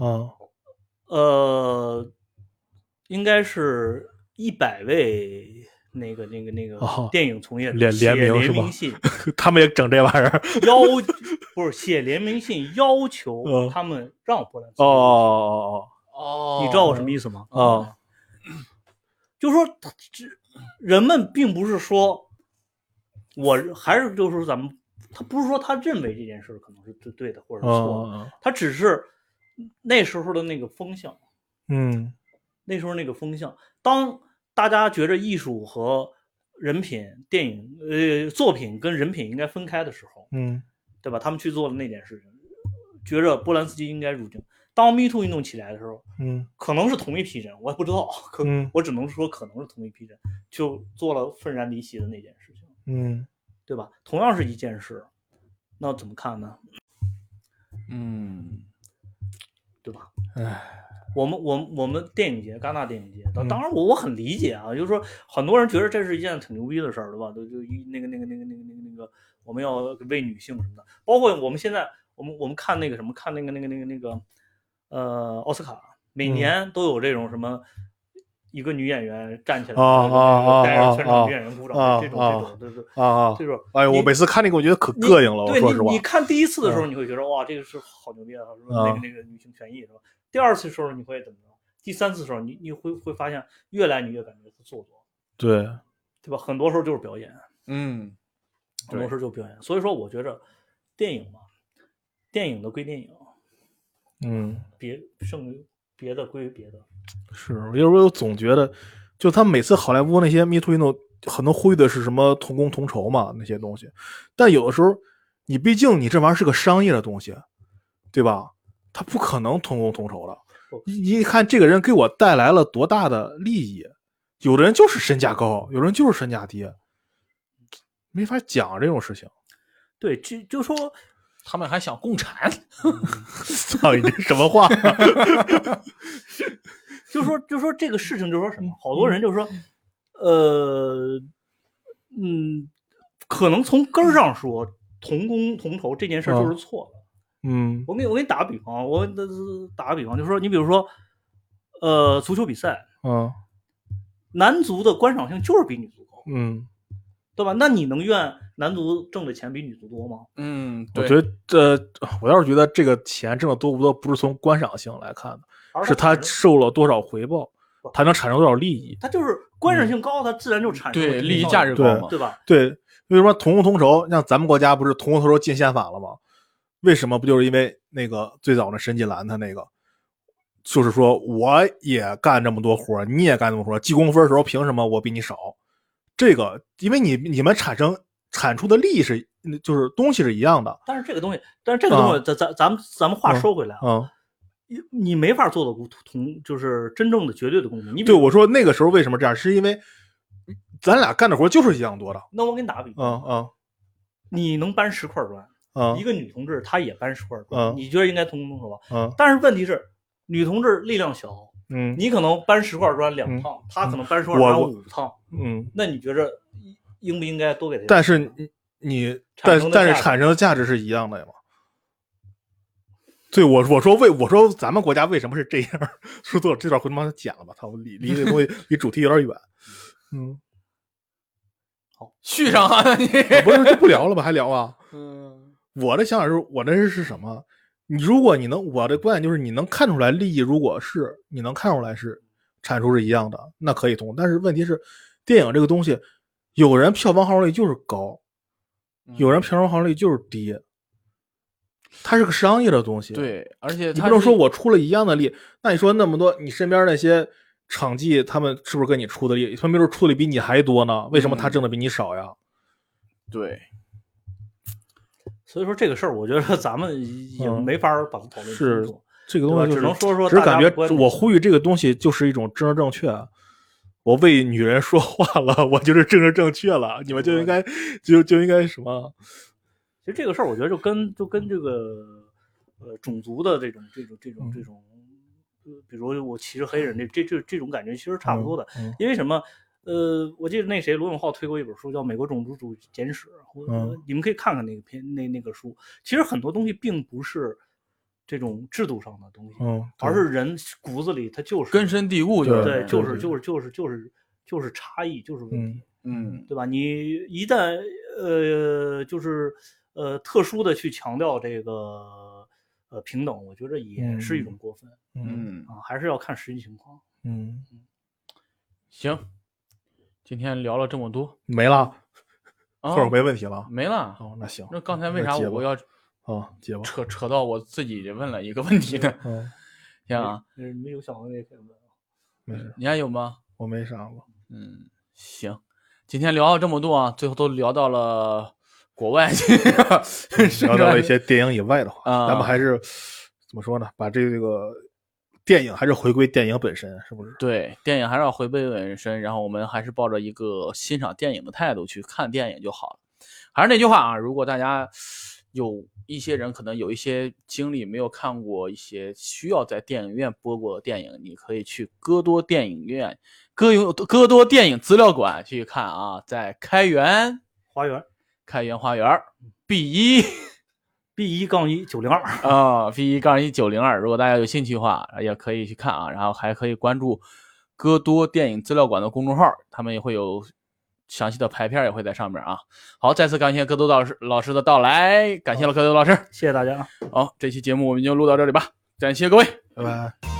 Speaker 2: 嗯
Speaker 3: 呃，应该是一百位那个那个那个
Speaker 2: 哦
Speaker 3: 电影从业者
Speaker 2: 联
Speaker 3: 写
Speaker 2: 联名是吧
Speaker 3: 名信
Speaker 2: 他们也整这玩意儿
Speaker 3: 要 不是写联名信要求
Speaker 2: 嗯
Speaker 3: 他们让波兰斯基
Speaker 2: 哦
Speaker 3: 入
Speaker 2: 哦
Speaker 3: 境
Speaker 1: 哦
Speaker 3: 你知道我什么意思吗？
Speaker 2: 哦哦
Speaker 3: 就是说，这人们并不是说，我还是就是说咱们，他不是说他认为这件事可能是对对的或者是错的，
Speaker 2: 哦
Speaker 3: 他只是那时候的那个风向，
Speaker 2: 嗯
Speaker 3: 那时候那个风向，当大家觉着艺术和人品、电影呃作品跟人品应该分开的时候，
Speaker 2: 嗯
Speaker 3: 对吧？他们去做了那件事情，觉着波兰斯基应该入境。当 Me Too 运动起来的时候，
Speaker 2: 嗯
Speaker 3: 可能是同一批人，我也不知道，可、
Speaker 2: 嗯
Speaker 3: 我只能说可能是同一批人，就做了愤然离席的那件事情，
Speaker 2: 嗯
Speaker 3: 对吧？同样是一件事，那怎么看呢？
Speaker 1: 嗯，
Speaker 3: 对吧？
Speaker 2: 哎
Speaker 3: 我们我们我们电影节，戛纳电影节，当
Speaker 2: 嗯
Speaker 3: 当然我我很理解啊，就是说很多人觉得这是一件挺牛逼的事儿，对吧？就就一那个那个那个那个那个那个，我们要为女性什么的，包括我们现在我们我们看那个什么看那个那个那个那个，呃，奥斯卡每
Speaker 2: 嗯
Speaker 3: 年都有这种什么。一个女演员站起来，
Speaker 2: 哦
Speaker 3: 然后
Speaker 2: 哦
Speaker 3: 带着
Speaker 2: 哦
Speaker 3: 全场
Speaker 2: 哦
Speaker 3: 女演员鼓掌，
Speaker 2: 哦
Speaker 3: 这种这
Speaker 2: 哦
Speaker 3: 种这种
Speaker 2: 啊啊
Speaker 3: 这！种。
Speaker 2: 哎呦，
Speaker 3: 你
Speaker 2: 我每次看那个我觉得可
Speaker 3: 你
Speaker 2: 膈应了，我
Speaker 3: 对
Speaker 2: 说实
Speaker 3: 你，
Speaker 2: 话
Speaker 3: 你。看第一次的时候，
Speaker 2: 嗯
Speaker 3: 你会觉得哇，这个是好牛逼啊，什么那个
Speaker 2: 嗯
Speaker 3: 那个女性权益是吧？第二次的时候你会怎么着？第三次的时候你你会会发现，越来你越感觉是做作，
Speaker 2: 对，
Speaker 3: 对吧？很多时候就是表演，
Speaker 1: 嗯，
Speaker 3: 很多时候就是表演。所以说，我觉着电影嘛，电影的归电影，
Speaker 2: 嗯。
Speaker 3: 别胜于别的归于别的。
Speaker 2: 是，我有时候总觉得，就他们每次好莱坞那些 Me Too 运动，很多呼吁的是什么同工同酬嘛那些东西，但有的时候，你毕竟你这玩意儿是个商业的东西，对吧？他不可能同工同酬的
Speaker 3: 不。
Speaker 2: 你你看这个人给我带来了多大的利益？有的人就是身价高，有的人就是身价低，没法讲这种事情。
Speaker 3: 对，就就说
Speaker 1: 他们还想共产，
Speaker 2: 操，你这什么话？啊
Speaker 3: 就
Speaker 1: 嗯
Speaker 3: 说就说这个事情，就说什么，好多人就说，呃，嗯，可能从根儿上说，同工同酬这件事儿就是错的。
Speaker 2: 嗯
Speaker 3: 我给我给你打个比方，我呃打个比方，就说你比如说，呃，足球比赛，
Speaker 2: 嗯
Speaker 3: 男足的观赏性就是比女足高，
Speaker 2: 嗯，
Speaker 3: 对吧？那你能怨男足挣的钱比女足多吗？
Speaker 1: 嗯，
Speaker 2: 我
Speaker 1: 对，
Speaker 2: 觉得这，我倒是觉得这个钱挣的多不多，不是从观赏性来看的，
Speaker 3: 而
Speaker 2: 是他
Speaker 3: 产生
Speaker 2: 受了多少回报，他能产生多少利益。
Speaker 3: 他就是观赏性高，他自然就产生了
Speaker 1: 对
Speaker 3: 这
Speaker 1: 利益
Speaker 3: 种
Speaker 1: 价值
Speaker 2: 对
Speaker 1: 高嘛，
Speaker 3: 对吧？
Speaker 2: 对，为什么同工同酬？像咱们国家不是同工同酬进宪法了吗？为什么？不就是因为那个最早的申纪兰他那个，就是说我也干这么多活儿，你也干这么多活儿，记工分的时候凭什么我比你少？这个，因为你你们产生产出的利益是，就是东西是一样的，
Speaker 3: 但是这个东西，但是这个东西，
Speaker 1: 啊
Speaker 3: 咱咱咱们咱们话
Speaker 2: 嗯
Speaker 3: 说回来啊，
Speaker 2: 嗯。
Speaker 3: 你你没法做到公同，就是真正的绝对的公平。你比
Speaker 2: 对，
Speaker 3: 如
Speaker 2: 我说那个时候为什么这样，是因为咱俩干的活就是一样多的。
Speaker 3: 那我给你打个比方，
Speaker 2: 嗯嗯
Speaker 3: 你能搬十块砖，一
Speaker 2: 嗯
Speaker 3: 个女同志她也搬十块砖，
Speaker 2: 嗯
Speaker 3: 你觉得应该同工同酬吧？
Speaker 2: 嗯
Speaker 3: 但是问题是，女同志力量小，
Speaker 2: 嗯
Speaker 3: 你可能搬十块砖两趟，她可能搬十块砖
Speaker 2: 我我
Speaker 3: 五趟，
Speaker 2: 嗯。
Speaker 3: 那你觉着应应不应该多给她？
Speaker 2: 但是你你
Speaker 3: 产
Speaker 2: 但
Speaker 3: 生的
Speaker 2: 但
Speaker 3: 价值
Speaker 2: 是嗯产生的价值是一样的呀嘛。对，我我说为我说咱们国家为什么是这样？说多少这段回他妈讲了吧，操，离离这东西离主题有点远。嗯，
Speaker 1: 续上啊，那你
Speaker 2: 不是这不聊了吧？还聊啊？
Speaker 4: 嗯，
Speaker 2: 我的想法是，我的是什么？你如果你能，我的观点就是，你能看出来利益，如果是你能看出来是产出是一样的，那可以通。但是问题是，电影这个东西，有人票房号召力就是高，有
Speaker 1: 嗯
Speaker 2: 人票房号召力就是低，它是个商业的东西。，
Speaker 1: 对，而且
Speaker 2: 你
Speaker 1: 他
Speaker 2: 不能
Speaker 1: 是
Speaker 2: 说我出了一样的力，那你说那么多，你身边那些场记他们是不是跟你出的力？他们没准出的比你还多呢，为什么他
Speaker 1: 嗯
Speaker 2: 挣的比你少呀？
Speaker 1: 对，
Speaker 3: 所以说这个事儿，我觉得咱们也
Speaker 2: 嗯
Speaker 3: 没法儿把它讨论
Speaker 2: 是
Speaker 3: 清楚。
Speaker 2: 这个东西、
Speaker 3: 对吧
Speaker 2: 就是、
Speaker 3: 只能说说
Speaker 2: 只是
Speaker 3: 大家
Speaker 2: 感觉
Speaker 3: 观点
Speaker 2: 我呼吁这个东西就是一种政治正确。啊我为女人说话了， 我就是政治正确了，你们就应该就就应该什么？
Speaker 3: 其实这个事儿，我觉得就跟就跟这个呃种族的这种这种这
Speaker 1: 嗯
Speaker 3: 种这种，呃比如我歧视黑人这这这这种感觉其实差不多的。
Speaker 2: 嗯嗯
Speaker 3: 因为什么？呃，我记得那谁罗永浩推过一本书叫《美国种族主义简史》，我、
Speaker 2: 嗯
Speaker 3: 你们可以看看那个篇那那个书。其实很多东西并不是这种制度上的东西，
Speaker 2: 嗯，
Speaker 3: 而是人骨子里它就是
Speaker 1: 根深蒂固就是
Speaker 3: 对，就
Speaker 2: 对
Speaker 3: 是就是就是就是就是差异，就是问题。
Speaker 2: 嗯
Speaker 1: 嗯，
Speaker 3: 对吧？你一旦呃，就是呃，特殊的去强调这个呃平等，我觉着也是一种过分、
Speaker 2: 嗯
Speaker 1: 嗯，
Speaker 3: 啊，还是要看实际情况。
Speaker 2: 嗯，
Speaker 1: 行，今天聊了这么多
Speaker 2: 没了，
Speaker 1: 啊
Speaker 2: 或，者没问题了。
Speaker 1: 没了。
Speaker 2: 哦，那行，
Speaker 1: 那刚才为
Speaker 2: 那
Speaker 1: 啥
Speaker 2: 结吧
Speaker 1: 我要
Speaker 2: 啊， 结吧。
Speaker 1: 扯扯到我自己问了一个问题呢？
Speaker 2: 嗯，
Speaker 1: 行啊，
Speaker 3: 嗯，没有想问也可以问啊。
Speaker 2: 没事，
Speaker 1: 你还有吗？
Speaker 2: 我没 啥了。
Speaker 1: 嗯，行，今天聊了这么多啊，最后都聊到了国外去，是
Speaker 2: 嗯聊到
Speaker 1: 吧
Speaker 2: 了一些电影以外的话，
Speaker 1: 啊
Speaker 2: 咱们还是怎么说呢？把这个电影还是回归电影本身，是不是？
Speaker 1: 对，电影还是要回归本身，然后我们还是抱着一个欣赏电影的态度去看电影就好了。还是那句话啊，如果大家有一些人可能有一些经历没有看过一些需要在电影院播过的电影，你可以去戈多电影院、戈有戈多电影资料馆去看啊，在开元
Speaker 3: 花园
Speaker 1: 开元花园 B 一
Speaker 3: B 一杠一九零二，
Speaker 1: 啊，V 一杠一九零二，如果大家有兴趣的话，也可以去看啊，然后还可以关注戈多电影资料馆的公众号，他们也会有详细的排片，也会在上面啊。好，再次感谢戈多老师老师的到来，感谢了戈多老师。
Speaker 3: 谢谢大家啊。
Speaker 1: 好，这期节目我们就录到这里吧，感谢各位。
Speaker 2: 拜拜。